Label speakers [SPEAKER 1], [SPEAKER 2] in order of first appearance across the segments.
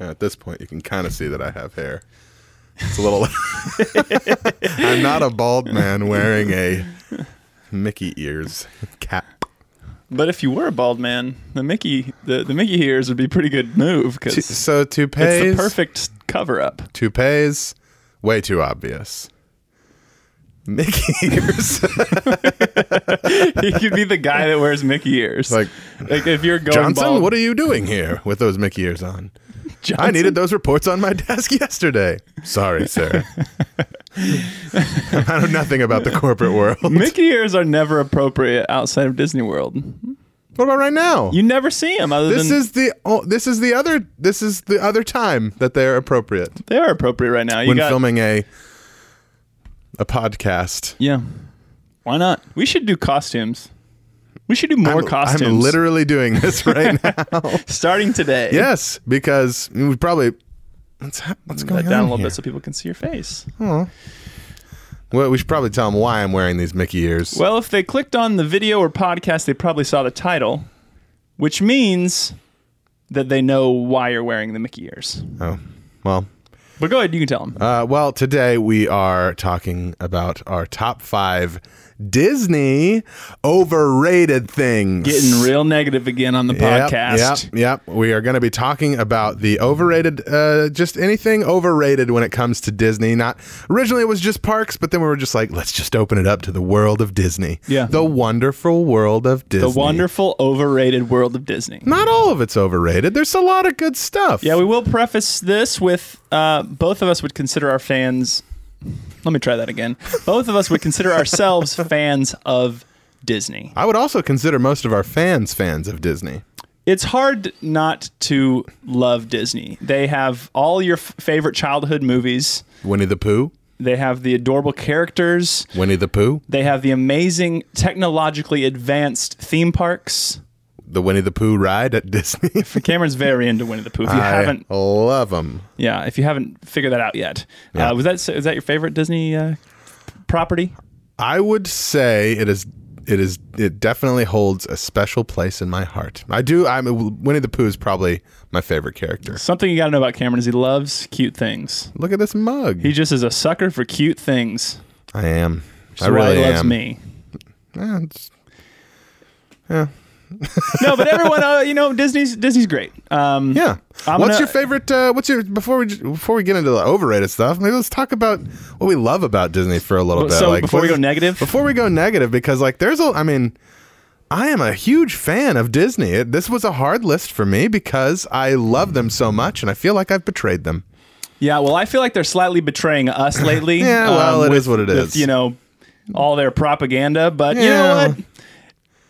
[SPEAKER 1] at this point, you can kind of see that I have hair. It's a little. I'm not a bald man wearing a Mickey ears cap.
[SPEAKER 2] But if you were a bald man, the Mickey the, the Mickey ears would be a pretty good move because
[SPEAKER 1] T-
[SPEAKER 2] it's
[SPEAKER 1] so toupees.
[SPEAKER 2] the perfect cover up.
[SPEAKER 1] toupees. Way too obvious. Mickey ears.
[SPEAKER 2] he could be the guy that wears Mickey ears.
[SPEAKER 1] like
[SPEAKER 2] Like if you're going
[SPEAKER 1] Johnson,
[SPEAKER 2] bald,
[SPEAKER 1] what are you doing here with those Mickey ears on? I needed those reports on my desk yesterday. Sorry, sir. I know nothing about the corporate world.
[SPEAKER 2] Mickey ears are never appropriate outside of Disney World.
[SPEAKER 1] What about right now?
[SPEAKER 2] You never see them other
[SPEAKER 1] this
[SPEAKER 2] than
[SPEAKER 1] is the oh, this is the other this is the other time that they are appropriate
[SPEAKER 2] they are appropriate right now. You
[SPEAKER 1] when
[SPEAKER 2] got
[SPEAKER 1] filming a a podcast.
[SPEAKER 2] yeah. Why not? We should do costumes. We should do more
[SPEAKER 1] I'm,
[SPEAKER 2] costumes.
[SPEAKER 1] I'm literally doing this right now.
[SPEAKER 2] starting today.
[SPEAKER 1] yes, because we probably what's hap- what's
[SPEAKER 2] Put
[SPEAKER 1] going
[SPEAKER 2] that down a
[SPEAKER 1] on
[SPEAKER 2] little
[SPEAKER 1] here?
[SPEAKER 2] bit so people can see your face.
[SPEAKER 1] Well, we should probably tell them why I'm wearing these Mickey ears.
[SPEAKER 2] Well, if they clicked on the video or podcast, they probably saw the title, which means that they know why you're wearing the Mickey ears.
[SPEAKER 1] oh, well.
[SPEAKER 2] But go ahead, you can tell them.
[SPEAKER 1] Uh, well, today we are talking about our top five Disney overrated things.
[SPEAKER 2] Getting real negative again on the
[SPEAKER 1] Yep,
[SPEAKER 2] podcast.
[SPEAKER 1] Yep, yep. We are going to be talking about the overrated, uh, just anything overrated when it comes to Disney. Not originally it was just parks, but then we were just like, let's just open it up to the world of Disney.
[SPEAKER 2] Yeah.
[SPEAKER 1] the wonderful world of Disney.
[SPEAKER 2] The wonderful, overrated world of Disney.
[SPEAKER 1] Not all of it's overrated. There's a lot of good stuff.
[SPEAKER 2] Yeah, we will preface this with uh, both of us would consider our fans. Let me try that again. Both of us would consider ourselves fans of Disney.
[SPEAKER 1] I would also consider most of our fans fans of Disney.
[SPEAKER 2] it's hard not to love Disney. They have all your f- favorite childhood movies.
[SPEAKER 1] Winnie the Pooh.
[SPEAKER 2] They have the adorable characters.
[SPEAKER 1] Winnie the Pooh.
[SPEAKER 2] They have the amazing, technologically advanced theme parks.
[SPEAKER 1] The Winnie the Pooh ride at Disney.
[SPEAKER 2] Cameron's very into Winnie the Pooh. If you
[SPEAKER 1] I
[SPEAKER 2] haven't,
[SPEAKER 1] love them.
[SPEAKER 2] yeah, if you haven't figured that out yet, uh, was that is that your favorite Disney uh, property?
[SPEAKER 1] I would say it is. It is. It definitely holds a special place in my heart. I do. I'm Winnie the Pooh is probably my favorite character.
[SPEAKER 2] Something you got to know about Cameron is he loves cute things.
[SPEAKER 1] Look at this mug.
[SPEAKER 2] He just is a sucker for cute things.
[SPEAKER 1] I am. I
[SPEAKER 2] So why
[SPEAKER 1] really
[SPEAKER 2] he loves
[SPEAKER 1] am.
[SPEAKER 2] me.
[SPEAKER 1] Yeah, it's-
[SPEAKER 2] No, but everyone, uh, you know, Disney's Disney's great. Um,
[SPEAKER 1] yeah.
[SPEAKER 2] I'm
[SPEAKER 1] what's
[SPEAKER 2] gonna-
[SPEAKER 1] your favorite? Uh, what's your before we j- before we get into the overrated stuff? Maybe let's talk about what we love about Disney for a little bit.
[SPEAKER 2] So before we
[SPEAKER 1] what-
[SPEAKER 2] go negative,
[SPEAKER 1] before we go negative, because like there's a. I mean. I am a huge fan of Disney. It, this was a hard list for me because I love them so much, and I feel like I've betrayed them.
[SPEAKER 2] Yeah, well, I feel like they're slightly betraying us lately.
[SPEAKER 1] Yeah, well,
[SPEAKER 2] it is
[SPEAKER 1] it is what it is.
[SPEAKER 2] You know, all their propaganda, but you
[SPEAKER 1] Yeah.
[SPEAKER 2] know what?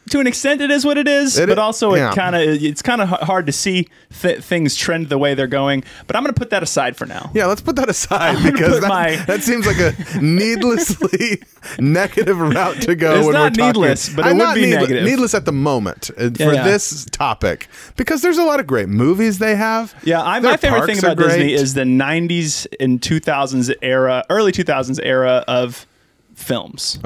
[SPEAKER 2] To an extent, it is what it is.
[SPEAKER 1] It
[SPEAKER 2] but
[SPEAKER 1] i-
[SPEAKER 2] also,
[SPEAKER 1] yeah.
[SPEAKER 2] it kind of it's kind of hard to see th- things trend the way they're going. But I'm going to put that aside for now.
[SPEAKER 1] Yeah, let's put that aside
[SPEAKER 2] gonna
[SPEAKER 1] because
[SPEAKER 2] put
[SPEAKER 1] that,
[SPEAKER 2] my-
[SPEAKER 1] that seems like a needlessly negative route to go.
[SPEAKER 2] It's
[SPEAKER 1] when
[SPEAKER 2] not
[SPEAKER 1] we're talking.
[SPEAKER 2] needless, but it
[SPEAKER 1] I'm
[SPEAKER 2] would
[SPEAKER 1] not
[SPEAKER 2] be negative.
[SPEAKER 1] Needless at the moment uh, for
[SPEAKER 2] yeah.
[SPEAKER 1] this topic because there's a lot of great movies they have.
[SPEAKER 2] Yeah, I,
[SPEAKER 1] Their
[SPEAKER 2] my favorite thing
[SPEAKER 1] parks are
[SPEAKER 2] about Disney
[SPEAKER 1] great.
[SPEAKER 2] is the '90s and 2000s era, early 2000s era of films.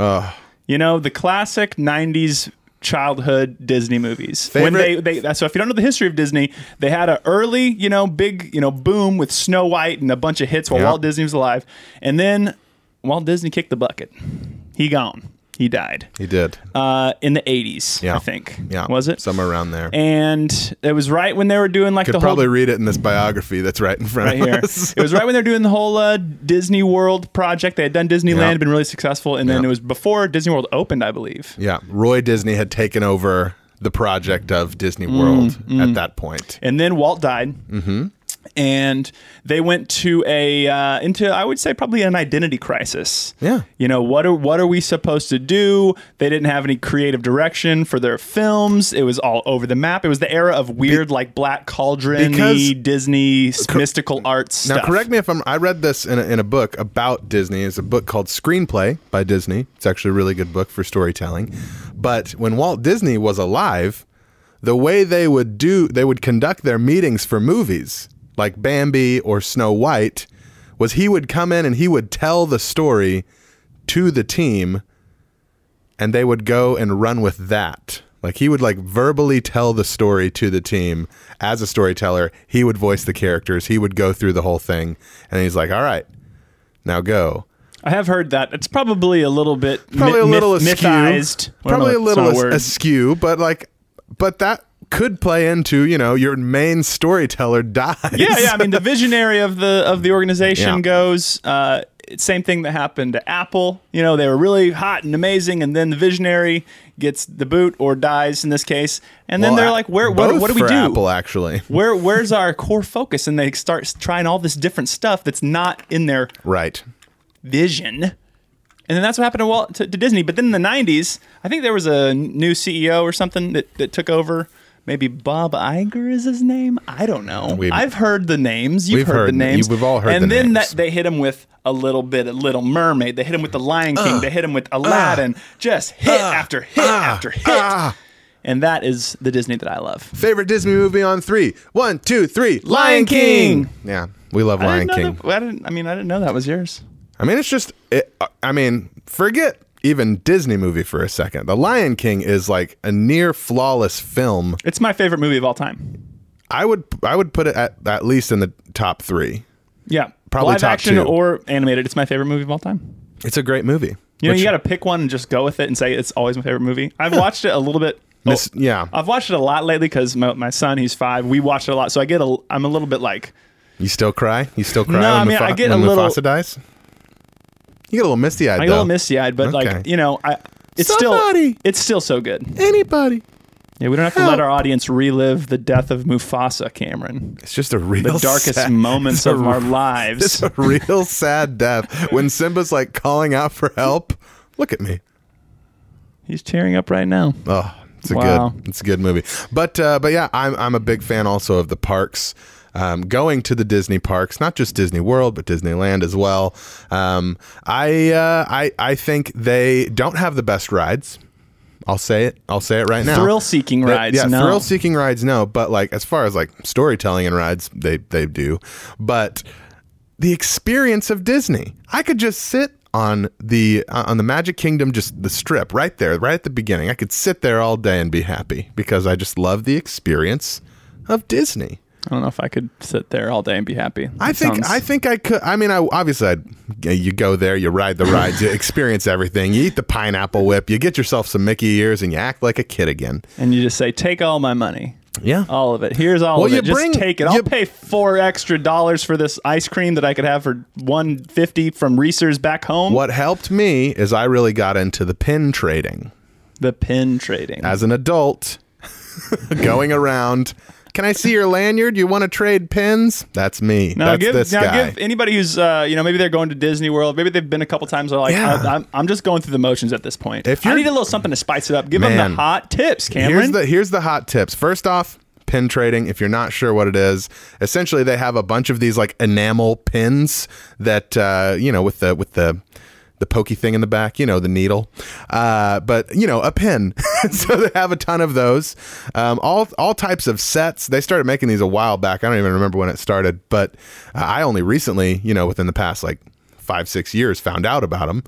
[SPEAKER 2] You know, the classic '90s childhood Disney movies. When they,
[SPEAKER 1] Favorite-
[SPEAKER 2] they so if you don't know the history of Disney, they had a early, you know, big, you know, boom with Snow White and a bunch of hits while
[SPEAKER 1] Yeah.
[SPEAKER 2] Walt Disney was alive, and then Walt Disney kicked the bucket. He gone. He died
[SPEAKER 1] he did.
[SPEAKER 2] uh, in the '80s,
[SPEAKER 1] Yeah.
[SPEAKER 2] I think.
[SPEAKER 1] yeah,
[SPEAKER 2] was it?
[SPEAKER 1] somewhere around there?
[SPEAKER 2] and it was right when they were doing like
[SPEAKER 1] Could
[SPEAKER 2] the whole
[SPEAKER 1] probably read it in this biography that's right in front
[SPEAKER 2] right
[SPEAKER 1] of
[SPEAKER 2] here.
[SPEAKER 1] us.
[SPEAKER 2] it was right when they're doing the whole uh, Disney World project. They had done Disneyland,
[SPEAKER 1] Yeah.
[SPEAKER 2] been really successful, and then
[SPEAKER 1] Yeah.
[SPEAKER 2] it was before Disney World opened, I believe.
[SPEAKER 1] yeah, Roy Disney had taken over the project of Disney
[SPEAKER 2] Mm,
[SPEAKER 1] World at that point.
[SPEAKER 2] And then Walt died. Mm-hmm. And they went to a uh, into I would say probably an identity crisis.
[SPEAKER 1] Yeah.
[SPEAKER 2] you know what are what are we supposed to do? They didn't have any creative direction for their films. It was all over the map. It was the era of weird like Black Cauldron,
[SPEAKER 1] Because-
[SPEAKER 2] Disney mystical arts.
[SPEAKER 1] Now, correct me if I'm. I read this in a, in a book about Disney. It's a book called Screenplay by Disney. It's actually a really good book for storytelling. But when Walt Disney was alive, the way they would do, they would conduct their meetings for movies like Bambi or Snow White, was he would come in and he would tell the story to the team, and they would go and run with that. Like he would like verbally tell the story to the team as a storyteller. He would voice the characters. He would go through the whole thing, and he's like, "All right, now go."
[SPEAKER 2] I have heard that. It's probably a little bit
[SPEAKER 1] Probably a
[SPEAKER 2] myth-
[SPEAKER 1] little
[SPEAKER 2] myth-
[SPEAKER 1] askew.
[SPEAKER 2] mythized. I don't
[SPEAKER 1] Probably
[SPEAKER 2] know
[SPEAKER 1] a
[SPEAKER 2] if it's
[SPEAKER 1] little
[SPEAKER 2] not
[SPEAKER 1] as-
[SPEAKER 2] word.
[SPEAKER 1] askew, but like, but that could play into you know your main storyteller dies.
[SPEAKER 2] yeah, yeah. I mean, the visionary of the of the organization
[SPEAKER 1] Yeah.
[SPEAKER 2] goes. Uh, it's same thing that happened to Apple. You know, they were really hot and amazing, and then the visionary gets the boot or dies in this case, and then
[SPEAKER 1] Well,
[SPEAKER 2] they're
[SPEAKER 1] a-
[SPEAKER 2] like, "Where? What,
[SPEAKER 1] both
[SPEAKER 2] what do we
[SPEAKER 1] for
[SPEAKER 2] do?
[SPEAKER 1] Apple actually.
[SPEAKER 2] Where? Where's our core focus?" And they start s- trying all this different stuff that's not in their
[SPEAKER 1] Right.
[SPEAKER 2] vision. And then that's what happened to, Walt, to, to Disney. But then in the 90s, I think there was a n- new CEO or something that, that took over. Maybe Bob Iger is his name. I don't know.
[SPEAKER 1] We've-
[SPEAKER 2] I've heard the names. You've
[SPEAKER 1] We've
[SPEAKER 2] heard,
[SPEAKER 1] heard
[SPEAKER 2] the
[SPEAKER 1] n-
[SPEAKER 2] names.
[SPEAKER 1] we've all heard
[SPEAKER 2] And
[SPEAKER 1] the
[SPEAKER 2] then
[SPEAKER 1] names.
[SPEAKER 2] That, they hit him with a little bit of Little Mermaid. They hit him with The Lion
[SPEAKER 1] Uh,
[SPEAKER 2] King. they hit him with Aladdin. Just hit after hit after hit.
[SPEAKER 1] Ah.
[SPEAKER 2] And that is the Disney that I love.
[SPEAKER 1] Favorite Disney movie on three. One, two, three.
[SPEAKER 2] Lion King.
[SPEAKER 1] Yeah, we love
[SPEAKER 2] I
[SPEAKER 1] Lion
[SPEAKER 2] didn't know
[SPEAKER 1] King.
[SPEAKER 2] that- I, didn't, I mean, I didn't know that was yours.
[SPEAKER 1] I mean, it's just. It, I mean, forget even Disney movie for a second. The Lion King is like a near flawless film.
[SPEAKER 2] It's my favorite movie of all time.
[SPEAKER 1] I would I would put it at at least in the top three.
[SPEAKER 2] Yeah.
[SPEAKER 1] Probably
[SPEAKER 2] Live
[SPEAKER 1] top
[SPEAKER 2] action
[SPEAKER 1] two.
[SPEAKER 2] or animated. It's my favorite movie of all time.
[SPEAKER 1] It's a great movie.
[SPEAKER 2] You know,
[SPEAKER 1] Which-
[SPEAKER 2] you got to pick one and just go with it and say it's always my favorite movie. I've watched it a little bit.
[SPEAKER 1] Miss-
[SPEAKER 2] oh,
[SPEAKER 1] yeah.
[SPEAKER 2] I've watched it a lot lately because my, my son, he's five. We watched it a lot, so I get a. I'm a little bit like
[SPEAKER 1] you still cry. You still cry.
[SPEAKER 2] No,
[SPEAKER 1] when
[SPEAKER 2] I mean,
[SPEAKER 1] Mufasa,
[SPEAKER 2] I get a
[SPEAKER 1] when
[SPEAKER 2] little-
[SPEAKER 1] Mufasa dies. You get a little misty eyed.
[SPEAKER 2] I get a little misty eyed, but like
[SPEAKER 1] Okay.
[SPEAKER 2] you know, I it's
[SPEAKER 1] Somebody.
[SPEAKER 2] still it's still so good.
[SPEAKER 1] Anybody.
[SPEAKER 2] Yeah, we don't have to
[SPEAKER 1] Help.
[SPEAKER 2] let our audience relive the death of Mufasa, Cameron.
[SPEAKER 1] It's just a real
[SPEAKER 2] The darkest
[SPEAKER 1] sad-
[SPEAKER 2] moments
[SPEAKER 1] it's a
[SPEAKER 2] of our
[SPEAKER 1] r-
[SPEAKER 2] lives.
[SPEAKER 1] It's a real sad death when Simba's like calling out for help. Look at me.
[SPEAKER 2] He's tearing up right now.
[SPEAKER 1] Oh, it's a
[SPEAKER 2] Wow.
[SPEAKER 1] good, it's a good movie. But uh, but yeah, I'm I'm a big fan also of the parks. Um, going to the Disney parks, not just Disney World, but Disneyland as well. Um, I uh, I I think they don't have the best rides. I'll say it. I'll say it right now.
[SPEAKER 2] Thrill-seeking
[SPEAKER 1] They-
[SPEAKER 2] rides,
[SPEAKER 1] Yeah,
[SPEAKER 2] no.
[SPEAKER 1] thrill-seeking rides. No, but like as far as like storytelling and rides, they they do. But the experience of Disney. I could just sit on the uh, on the Magic Kingdom, just the strip right there, right at the beginning. I could sit there all day and be happy because I just love the experience of Disney.
[SPEAKER 2] I don't know if I could sit there all day and be happy.
[SPEAKER 1] I
[SPEAKER 2] That
[SPEAKER 1] think
[SPEAKER 2] sounds-
[SPEAKER 1] I think I could. I mean, I obviously I'd, yeah, you go there, you ride the rides, you experience everything, you eat the pineapple whip, you get yourself some Mickey ears, and you act like a kid again.
[SPEAKER 2] and you just say, "Take all my money."
[SPEAKER 1] Yeah.
[SPEAKER 2] All of it. Here's all
[SPEAKER 1] Well,
[SPEAKER 2] of
[SPEAKER 1] you
[SPEAKER 2] it.
[SPEAKER 1] bring-
[SPEAKER 2] Just take it. I'll
[SPEAKER 1] you-
[SPEAKER 2] pay four extra dollars for this ice cream that I could have for one fifty from Reese's back home.
[SPEAKER 1] What helped me is I really got into the pin trading.
[SPEAKER 2] The pin trading.
[SPEAKER 1] as an adult going around. Can I see your lanyard? You want to trade pins? That's me.
[SPEAKER 2] now
[SPEAKER 1] That's
[SPEAKER 2] give
[SPEAKER 1] this
[SPEAKER 2] now
[SPEAKER 1] guy.
[SPEAKER 2] give anybody who's uh, you know maybe they're going to Disney World, maybe they've been a couple times. They're like,
[SPEAKER 1] Yeah.
[SPEAKER 2] I, am I'm just going through the motions at this point.
[SPEAKER 1] If
[SPEAKER 2] I
[SPEAKER 1] you're-
[SPEAKER 2] need a little something to spice it up. Give them
[SPEAKER 1] Man.
[SPEAKER 2] the hot tips,
[SPEAKER 1] here's
[SPEAKER 2] Cameron.
[SPEAKER 1] the here's the hot tips. First off, pin trading. If you're not sure what it is, essentially they have a bunch of these like enamel pins that uh, you know with the with the the pokey thing in the back, you know, the needle, uh, but you know, a pin. so they have a ton of those. Um, all all types of sets. They started making these a while back. I don't even remember when it started, but uh, I only recently, you know, within the past like five six years, found out about them.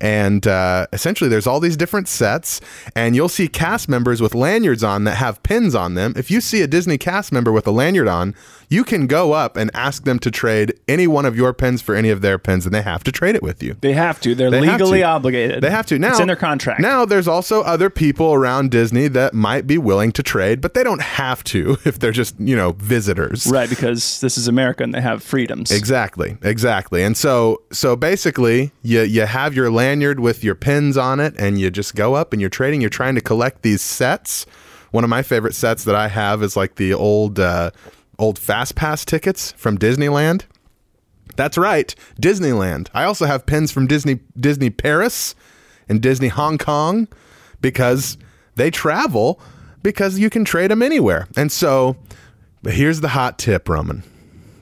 [SPEAKER 1] And uh, essentially, there's all these different sets, and you'll see cast members with lanyards on that have pins on them. If you see a Disney cast member with a lanyard on, you can go up and ask them to trade any one of your pins for any of their pins, and they have to trade it with you.
[SPEAKER 2] they have to. They're
[SPEAKER 1] They have
[SPEAKER 2] legally
[SPEAKER 1] to.
[SPEAKER 2] obligated.
[SPEAKER 1] They have to now.
[SPEAKER 2] It's in their contract.
[SPEAKER 1] Now there's also other people around Disney that might be willing to trade, but they don't have to if they're just you know visitors.
[SPEAKER 2] Right, because this is America and they have freedoms.
[SPEAKER 1] Exactly, exactly. And so, so basically, you you have your lanyard with your pins on it, and you just go up and you're trading. You're trying to collect these sets. One of my favorite sets that I have is like the old uh, old Fast Pass tickets from Disneyland. That's right, Disneyland. I also have pins from Disney Disney Paris and Disney Hong Kong because they travel because you can trade them anywhere. And so, but here's the hot tip, Roman.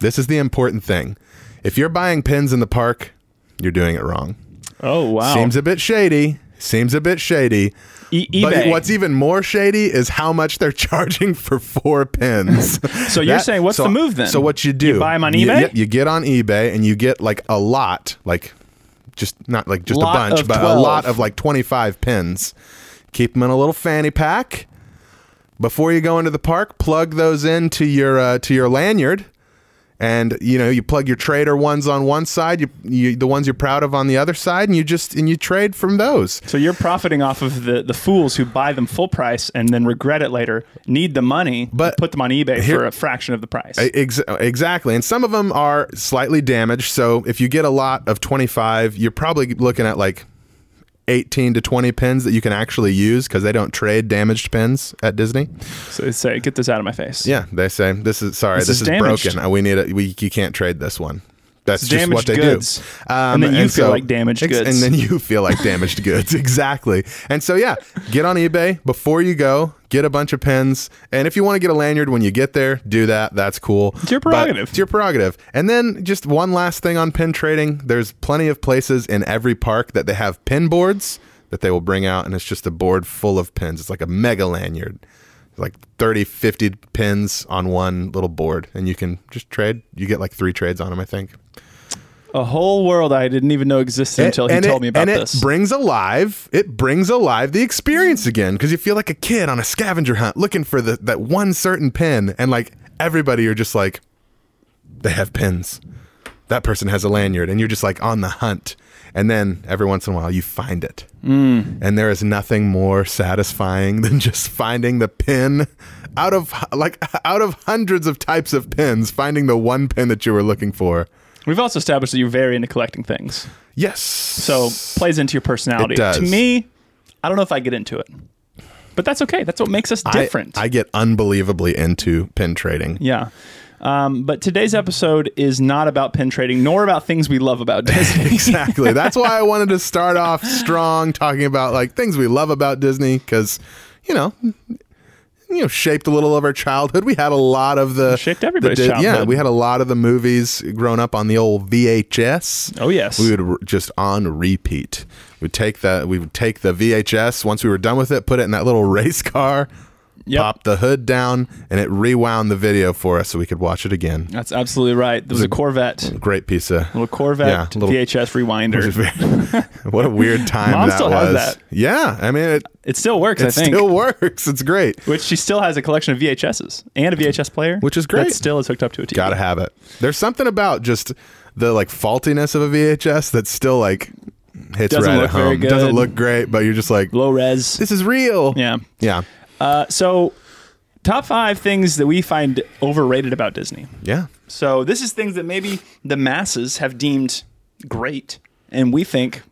[SPEAKER 1] This is the important thing. If you're buying pins in the park, you're doing it wrong.
[SPEAKER 2] oh wow.
[SPEAKER 1] Seems a bit shady. Seems a bit shady.
[SPEAKER 2] E-
[SPEAKER 1] But
[SPEAKER 2] eBay.
[SPEAKER 1] what's even more shady is how much they're charging for four pins.
[SPEAKER 2] So you're saying what's
[SPEAKER 1] so-
[SPEAKER 2] the move then?
[SPEAKER 1] So what you do?
[SPEAKER 2] You buy 'em on
[SPEAKER 1] you-
[SPEAKER 2] eBay?
[SPEAKER 1] You, you get on eBay and you get like a lot, like just not like just
[SPEAKER 2] Lot
[SPEAKER 1] a bunch,
[SPEAKER 2] of
[SPEAKER 1] but
[SPEAKER 2] 12.
[SPEAKER 1] a lot of like 25 pins. Keep them in a little fanny pack. Before you go into the park, plug those into your uh, to your lanyard, and you know you plug your trader ones on one side, you, you the ones you're proud of on the other side, and you just and you trade from those.
[SPEAKER 2] So you're profiting off of the, the fools who buy them full price and then regret it later, need the money,
[SPEAKER 1] But
[SPEAKER 2] put them on eBay
[SPEAKER 1] here-
[SPEAKER 2] for a fraction of the price.
[SPEAKER 1] E-, Ex- exactly. And some of them are slightly damaged. So if you get a lot of 25, you're probably looking at like 18 to 20 pins that you can actually use because they don't trade damaged pins at Disney.
[SPEAKER 2] so they say, get this out of my face.
[SPEAKER 1] Yeah, they say this is sorry, this,
[SPEAKER 2] is
[SPEAKER 1] is,
[SPEAKER 2] damaged.
[SPEAKER 1] broken. Uh, We need it. We you can't trade this one. That's
[SPEAKER 2] It's
[SPEAKER 1] just what
[SPEAKER 2] damaged
[SPEAKER 1] they
[SPEAKER 2] goods.
[SPEAKER 1] do. Um,
[SPEAKER 2] And then you feel like damaged goods.
[SPEAKER 1] and then you feel like damaged goods exactly. And so yeah, get on eBay before you go. Get a bunch of pins, and if you want to get a lanyard when you get there, do that. That's cool. It's
[SPEAKER 2] your prerogative.
[SPEAKER 1] it's your prerogative. And then just one last thing on pin trading. There's plenty of places in every park that they have pin boards that they will bring out, and it's just a board full of pins. It's like a mega lanyard, like 30, 50 pins on one little board, and you can just trade. You get like three trades on them, I think.
[SPEAKER 2] A whole world I didn't even know existed until he
[SPEAKER 1] And
[SPEAKER 2] told
[SPEAKER 1] it,
[SPEAKER 2] me about
[SPEAKER 1] and
[SPEAKER 2] this.
[SPEAKER 1] it brings alive. It brings alive the experience again because you feel like a kid on a scavenger hunt looking for the, that one certain pin, and like everybody, you're just like, they have pins. That person has a lanyard, and you're just like on the hunt. And then every once in a while, you find it.
[SPEAKER 2] Mm.
[SPEAKER 1] And there is nothing more satisfying than just finding the pin out of like out of hundreds of types of pins, finding the one pin that you were looking for.
[SPEAKER 2] We've also established that you're very into collecting things.
[SPEAKER 1] Yes.
[SPEAKER 2] So plays into your personality.
[SPEAKER 1] It does.
[SPEAKER 2] To me, I don't know if I get into it. But that's okay. That's what makes us
[SPEAKER 1] I-
[SPEAKER 2] different.
[SPEAKER 1] I, get unbelievably into pin trading.
[SPEAKER 2] yeah. Um, but today's episode is not about pin trading, nor about things we love about Disney.
[SPEAKER 1] Exactly. That's why I wanted to start off strong talking about like things we love about Disney because, you know, you know, shaped a little of our childhood. We had a lot of the
[SPEAKER 2] Shaped everybody's
[SPEAKER 1] the Yeah,
[SPEAKER 2] childhood.
[SPEAKER 1] we had a lot of the movies growing up on the old VHS.
[SPEAKER 2] Oh, yes.
[SPEAKER 1] we would r- just on repeat. We'd take the we would take the VHS once we were done with it, put it in that little race car,
[SPEAKER 2] Yep.
[SPEAKER 1] pop the hood down, and it rewound the video for us so we could watch it again.
[SPEAKER 2] That's absolutely right. There was a Corvette,
[SPEAKER 1] Great piece of
[SPEAKER 2] little Corvette
[SPEAKER 1] Yeah, little-
[SPEAKER 2] VHS
[SPEAKER 1] It
[SPEAKER 2] rewinder.
[SPEAKER 1] was very- what a weird time
[SPEAKER 2] Mom
[SPEAKER 1] that
[SPEAKER 2] still has
[SPEAKER 1] was.
[SPEAKER 2] that.
[SPEAKER 1] Yeah, I mean, it,
[SPEAKER 2] It still works, I
[SPEAKER 1] it
[SPEAKER 2] think.
[SPEAKER 1] still works. It's great.
[SPEAKER 2] which she still has a collection of VHSs and a VHS player,
[SPEAKER 1] Which is great.
[SPEAKER 2] That still is hooked up to a TV.
[SPEAKER 1] Gotta have it. There's something about just the like faultiness of a VHS that's still like hits
[SPEAKER 2] Doesn't
[SPEAKER 1] right
[SPEAKER 2] look
[SPEAKER 1] at home.
[SPEAKER 2] very good.
[SPEAKER 1] Doesn't look great, but you're just like,
[SPEAKER 2] Low res.
[SPEAKER 1] this is real.
[SPEAKER 2] Yeah.
[SPEAKER 1] yeah,
[SPEAKER 2] Uh, so, top five things that we find overrated about Disney.
[SPEAKER 1] yeah.
[SPEAKER 2] So this is things that maybe the masses have deemed great, and we think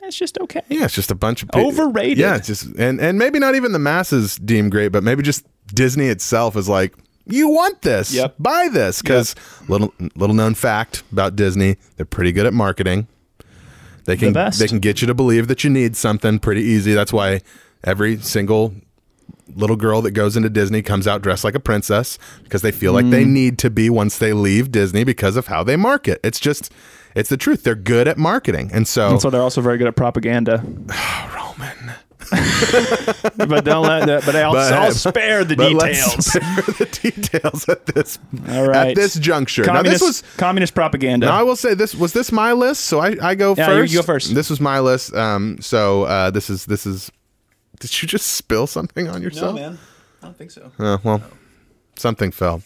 [SPEAKER 2] that's just okay.
[SPEAKER 1] Yeah, it's just a bunch of people.
[SPEAKER 2] Overrated.
[SPEAKER 1] Yeah, it's just and and maybe not even the masses deem great, but maybe just Disney itself is like, you want this,
[SPEAKER 2] Yep.
[SPEAKER 1] buy this, because little little known fact about Disney, they're pretty good at marketing. They can
[SPEAKER 2] best.
[SPEAKER 1] they can get you to believe that you need something pretty easy. That's why every single little girl that goes into Disney comes out dressed like a princess because they feel like they
[SPEAKER 2] Mm.
[SPEAKER 1] need to be once they leave Disney because of how they market. It's just it's the truth. They're good at marketing. And so,
[SPEAKER 2] So they're also very good at propaganda. Roman. but don't let that. But I'll,
[SPEAKER 1] But,
[SPEAKER 2] I'll
[SPEAKER 1] hey,
[SPEAKER 2] spare the
[SPEAKER 1] But
[SPEAKER 2] details.
[SPEAKER 1] Let's spare the details at this
[SPEAKER 2] All right.
[SPEAKER 1] at this juncture.
[SPEAKER 2] Communist,
[SPEAKER 1] now this was
[SPEAKER 2] communist propaganda.
[SPEAKER 1] now I will say this was this my list, so I, I go
[SPEAKER 2] Yeah, you-
[SPEAKER 1] first.
[SPEAKER 2] you go first.
[SPEAKER 1] This was my list. Um so uh this is this is did you just spill something on yourself?
[SPEAKER 2] I don't think so.
[SPEAKER 1] Uh, well, something fell.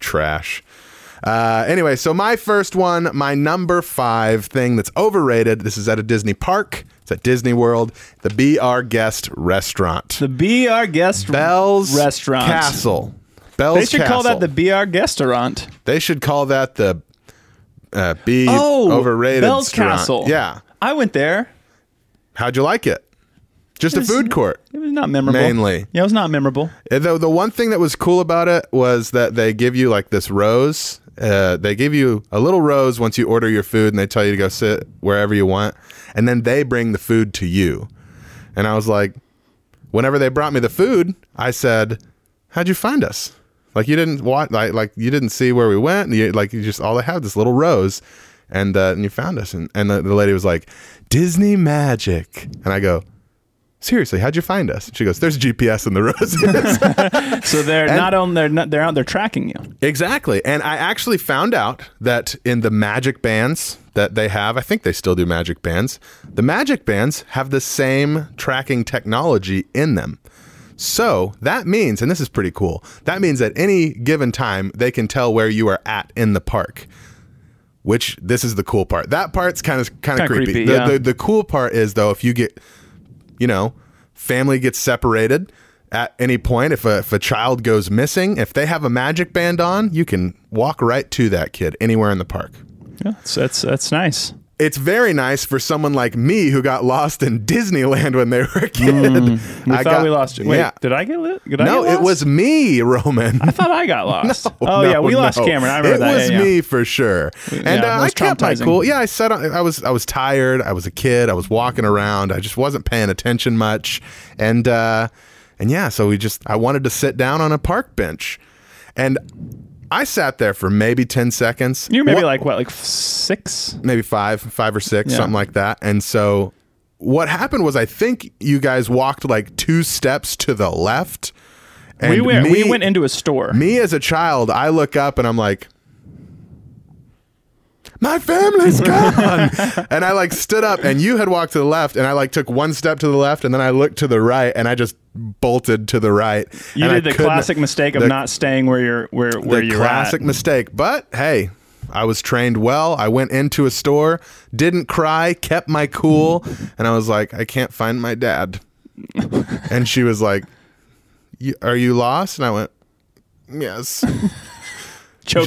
[SPEAKER 1] Trash. Uh, anyway, so my first one, my number five thing that's overrated. This is at a Disney park. It's at Disney World. The Be Our Guest restaurant.
[SPEAKER 2] The Be Our Guest
[SPEAKER 1] Bell's
[SPEAKER 2] Restaurant.
[SPEAKER 1] Castle. Bell's
[SPEAKER 2] They should call that
[SPEAKER 1] Castle.
[SPEAKER 2] the Be Our Guestarant.
[SPEAKER 1] They should call that the uh, B
[SPEAKER 2] Oh,
[SPEAKER 1] overrated
[SPEAKER 2] Bell's
[SPEAKER 1] restaurant.
[SPEAKER 2] Castle.
[SPEAKER 1] Yeah.
[SPEAKER 2] I went there.
[SPEAKER 1] How'd you like it? Just a
[SPEAKER 2] was-
[SPEAKER 1] food court.
[SPEAKER 2] It was not memorable.
[SPEAKER 1] Mainly.
[SPEAKER 2] Yeah, it was not memorable.
[SPEAKER 1] And The, the one thing that was cool about it was that they give you like this rose. Uh, they give you a little rose once you order your food and they tell you to go sit wherever you want. And then they bring the food to you. And I was like, whenever they brought me the food, I said, "How'd you find us? Like you didn't watch, like, like you didn't see where we went. You, like you just all they have this little rose, and uh, and you found us." And and the, the lady was like, "Disney magic," and I go. Seriously, how'd you find us? She goes, "There's GPS in the roses."
[SPEAKER 2] So they're not on. They're not. They're out. They're tracking you.
[SPEAKER 1] exactly, and I actually found out that in the magic bands that they have, I think they still do magic bands. The magic bands have the same tracking technology in them, So that means, and this is pretty cool, that means at any given time, they can tell where you are at in the park. Which this is the cool part. That part's kind of kind of
[SPEAKER 2] Kinda
[SPEAKER 1] creepy.
[SPEAKER 2] creepy,
[SPEAKER 1] the,
[SPEAKER 2] yeah.
[SPEAKER 1] the the cool part is though, if you get, you know, family gets separated at any point, if a if a child goes missing, if they have a magic band on, you can walk right to that kid anywhere in the park.
[SPEAKER 2] Yeah, that's that's, that's nice.
[SPEAKER 1] It's very nice for someone like me who got lost in Disneyland when they were a kid.
[SPEAKER 2] Hmm. We
[SPEAKER 1] I
[SPEAKER 2] thought
[SPEAKER 1] got-
[SPEAKER 2] we lost you. Wait,
[SPEAKER 1] yeah.
[SPEAKER 2] did I get lit? Did I
[SPEAKER 1] No,
[SPEAKER 2] get lost?
[SPEAKER 1] it was me, Roman.
[SPEAKER 2] I thought I got lost. oh
[SPEAKER 1] No,
[SPEAKER 2] yeah, we lost
[SPEAKER 1] no.
[SPEAKER 2] Cameron. I remember
[SPEAKER 1] it
[SPEAKER 2] that.
[SPEAKER 1] was
[SPEAKER 2] yeah, yeah.
[SPEAKER 1] me for sure. And
[SPEAKER 2] yeah,
[SPEAKER 1] uh,
[SPEAKER 2] it
[SPEAKER 1] I
[SPEAKER 2] was
[SPEAKER 1] kept my
[SPEAKER 2] traumatizing.
[SPEAKER 1] cool. Yeah, I said I was I was tired. I was a kid. I was walking around. I just wasn't paying attention much. And uh, and yeah, so we just I wanted to sit down on a park bench, and I sat there for maybe ten seconds.
[SPEAKER 2] You were maybe
[SPEAKER 1] What-
[SPEAKER 2] like what, like six?
[SPEAKER 1] maybe five, five or six,
[SPEAKER 2] Yeah.
[SPEAKER 1] something like that. And so what happened was I think you guys walked like two steps to the left. And
[SPEAKER 2] we went.
[SPEAKER 1] me-
[SPEAKER 2] we went into a store.
[SPEAKER 1] me as a child, I look up and I'm like, my family's gone. and I like stood up and you had walked to the left and I like took one step to the left and then I looked to the right and I just bolted to the right.
[SPEAKER 2] you
[SPEAKER 1] And I
[SPEAKER 2] did the
[SPEAKER 1] couldn't-
[SPEAKER 2] classic mistake of
[SPEAKER 1] the-
[SPEAKER 2] not staying where you're where where
[SPEAKER 1] the
[SPEAKER 2] you're
[SPEAKER 1] classic
[SPEAKER 2] at.
[SPEAKER 1] mistake. But hey, I was trained well. I went into a store, didn't cry, kept my cool, and I was like, I can't find my dad. and she was like, "You- Are you lost? And I went, Yes.
[SPEAKER 2] Choking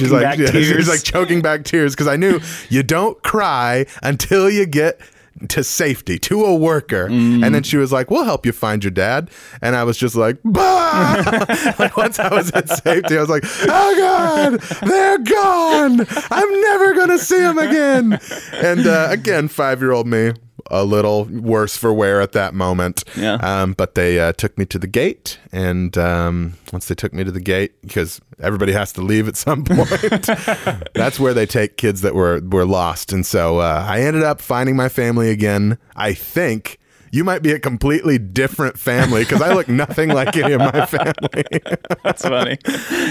[SPEAKER 1] she's like,
[SPEAKER 2] back
[SPEAKER 1] yeah, she's
[SPEAKER 2] tears.
[SPEAKER 1] like choking back tears because I knew you don't cry until you get to safety to a worker and then she was like we'll help you find your dad and i was just like bah! like once i was at safety i was like oh god they're gone i'm never gonna see them again and uh, again five-year-old me a little worse for wear at that moment
[SPEAKER 2] Yeah.
[SPEAKER 1] um, but they uh, took me to the gate, and um, once they took me to the gate, because everybody has to leave at some point, that's where they take kids that were were lost. And so uh, I ended up finding my family again. I think you might be a completely different family because I look nothing like any of my family.
[SPEAKER 2] That's funny.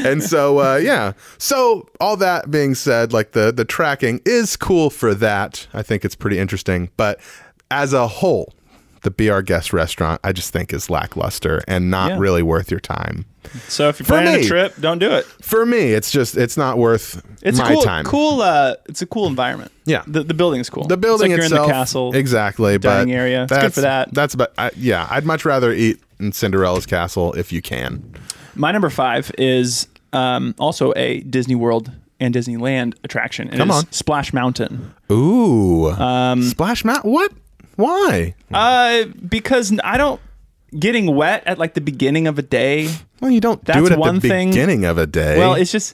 [SPEAKER 1] and so uh, yeah. So all that being said, like the the tracking is cool for that. I think it's pretty interesting, but as a whole, the Be Our Guest restaurant I just think is lackluster and not
[SPEAKER 2] Yeah.
[SPEAKER 1] really worth your time.
[SPEAKER 2] So if you're planning
[SPEAKER 1] me.
[SPEAKER 2] a trip, don't do it.
[SPEAKER 1] For me, it's just it's not worth
[SPEAKER 2] It's a
[SPEAKER 1] my
[SPEAKER 2] cool,
[SPEAKER 1] time.
[SPEAKER 2] cool. Uh, it's a cool environment.
[SPEAKER 1] Yeah.
[SPEAKER 2] the, the building's cool.
[SPEAKER 1] The building
[SPEAKER 2] it's like
[SPEAKER 1] itself,
[SPEAKER 2] you're in the castle.
[SPEAKER 1] exactly,
[SPEAKER 2] dining
[SPEAKER 1] but
[SPEAKER 2] area. It's good for that.
[SPEAKER 1] That's but I, yeah, I'd much rather eat in Cinderella's castle if you can.
[SPEAKER 2] My number five is um, also a Disney World and Disneyland attraction. It
[SPEAKER 1] Come
[SPEAKER 2] is
[SPEAKER 1] on.
[SPEAKER 2] Splash Mountain.
[SPEAKER 1] Ooh,
[SPEAKER 2] Um,
[SPEAKER 1] Splash Mountain. What? Why?
[SPEAKER 2] Uh, because I don't getting wet at like the beginning of a day.
[SPEAKER 1] Well, you don't do
[SPEAKER 2] That's
[SPEAKER 1] it at
[SPEAKER 2] one
[SPEAKER 1] the
[SPEAKER 2] thing.
[SPEAKER 1] beginning of a day.
[SPEAKER 2] Well, it's just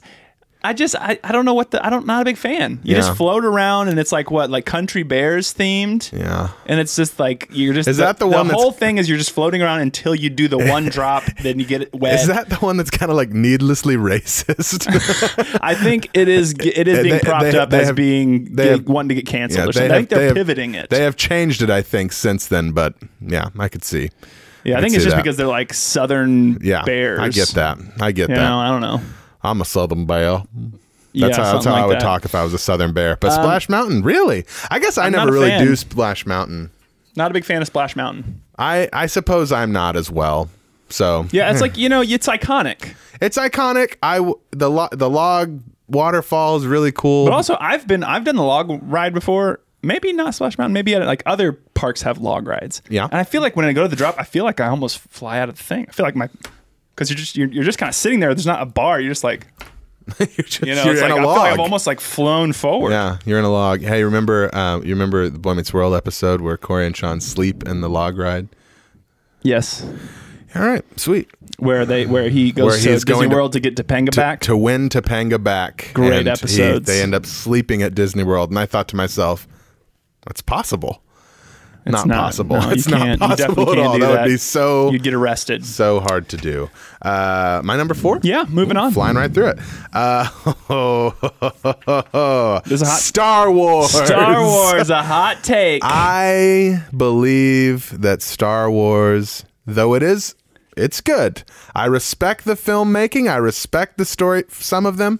[SPEAKER 2] I just I, I don't know what the I don't not a big fan. You
[SPEAKER 1] Yeah.
[SPEAKER 2] just float around and it's like what like country bears themed.
[SPEAKER 1] yeah.
[SPEAKER 2] And it's just like you're just
[SPEAKER 1] Is that the one
[SPEAKER 2] The
[SPEAKER 1] that's-
[SPEAKER 2] whole thing is you're just floating around until you do the one drop, then you get it wet.
[SPEAKER 1] Is that the one that's kind of like needlessly racist?
[SPEAKER 2] I think it is it is
[SPEAKER 1] They-
[SPEAKER 2] being
[SPEAKER 1] they-
[SPEAKER 2] propped
[SPEAKER 1] they-
[SPEAKER 2] up
[SPEAKER 1] they
[SPEAKER 2] as
[SPEAKER 1] have-
[SPEAKER 2] being
[SPEAKER 1] they
[SPEAKER 2] they
[SPEAKER 1] have-
[SPEAKER 2] wanting to get canceled or
[SPEAKER 1] they
[SPEAKER 2] something. I
[SPEAKER 1] have-
[SPEAKER 2] think they're
[SPEAKER 1] they have-
[SPEAKER 2] pivoting it.
[SPEAKER 1] They have changed it, I think, since then. But yeah, I could see.
[SPEAKER 2] yeah, I
[SPEAKER 1] could
[SPEAKER 2] think
[SPEAKER 1] see
[SPEAKER 2] it's just
[SPEAKER 1] that.
[SPEAKER 2] because they're like southern
[SPEAKER 1] Yeah,
[SPEAKER 2] bears.
[SPEAKER 1] I get that. I get
[SPEAKER 2] You
[SPEAKER 1] that.
[SPEAKER 2] know, I don't know.
[SPEAKER 1] I'm a Southern bear. That's
[SPEAKER 2] Yeah,
[SPEAKER 1] how, that's
[SPEAKER 2] something
[SPEAKER 1] how I
[SPEAKER 2] like
[SPEAKER 1] would
[SPEAKER 2] that. Um,
[SPEAKER 1] talk if I was a Southern bear. But Splash Mountain, really? I guess I
[SPEAKER 2] not
[SPEAKER 1] never
[SPEAKER 2] a
[SPEAKER 1] really
[SPEAKER 2] fan.
[SPEAKER 1] do Splash Mountain.
[SPEAKER 2] Not a big fan of Splash Mountain.
[SPEAKER 1] I I suppose I'm not as well. So
[SPEAKER 2] Yeah, it's like you know, it's iconic.
[SPEAKER 1] it's iconic. I w- the lo- the log waterfall is really cool.
[SPEAKER 2] But also, I've been I've done the log ride before. Maybe not Splash Mountain. Maybe at, like other parks have log rides.
[SPEAKER 1] Yeah.
[SPEAKER 2] And I feel like when I go to the drop, I feel like I almost fly out of the thing. I feel like my because you're just you're, you're just kind of sitting there. There's not a bar. You're just like
[SPEAKER 1] you're just,
[SPEAKER 2] you know.
[SPEAKER 1] you're
[SPEAKER 2] it's
[SPEAKER 1] in
[SPEAKER 2] like,
[SPEAKER 1] a
[SPEAKER 2] I
[SPEAKER 1] log.
[SPEAKER 2] feel like I've almost like flown forward.
[SPEAKER 1] Yeah, you're in a log. Hey, remember? Um, you remember the Boy Meets World episode where Corey and Sean sleep in the log ride?
[SPEAKER 2] Yes.
[SPEAKER 1] All right, sweet.
[SPEAKER 2] Where they where he goes
[SPEAKER 1] Where
[SPEAKER 2] to
[SPEAKER 1] he's
[SPEAKER 2] Disney
[SPEAKER 1] going to-
[SPEAKER 2] World to, get Topanga back.
[SPEAKER 1] to win Topanga back.
[SPEAKER 2] Great
[SPEAKER 1] And he-
[SPEAKER 2] episodes.
[SPEAKER 1] they end up sleeping at Disney World, and I thought to myself, "That's possible." not,
[SPEAKER 2] not-
[SPEAKER 1] possible.
[SPEAKER 2] no, you
[SPEAKER 1] it's not
[SPEAKER 2] can't. You
[SPEAKER 1] possible
[SPEAKER 2] definitely
[SPEAKER 1] at
[SPEAKER 2] can't
[SPEAKER 1] all.
[SPEAKER 2] do
[SPEAKER 1] That, would
[SPEAKER 2] that.
[SPEAKER 1] be so
[SPEAKER 2] You'd get arrested.
[SPEAKER 1] so hard to do. Uh, my number four.
[SPEAKER 2] Yeah. Moving on.
[SPEAKER 1] Flying right through it. Uh,
[SPEAKER 2] There's a hot-
[SPEAKER 1] Star Wars.
[SPEAKER 2] Star Wars. A hot take.
[SPEAKER 1] I believe that Star Wars, though it is, it's good. I respect the filmmaking. I respect the story, some of them.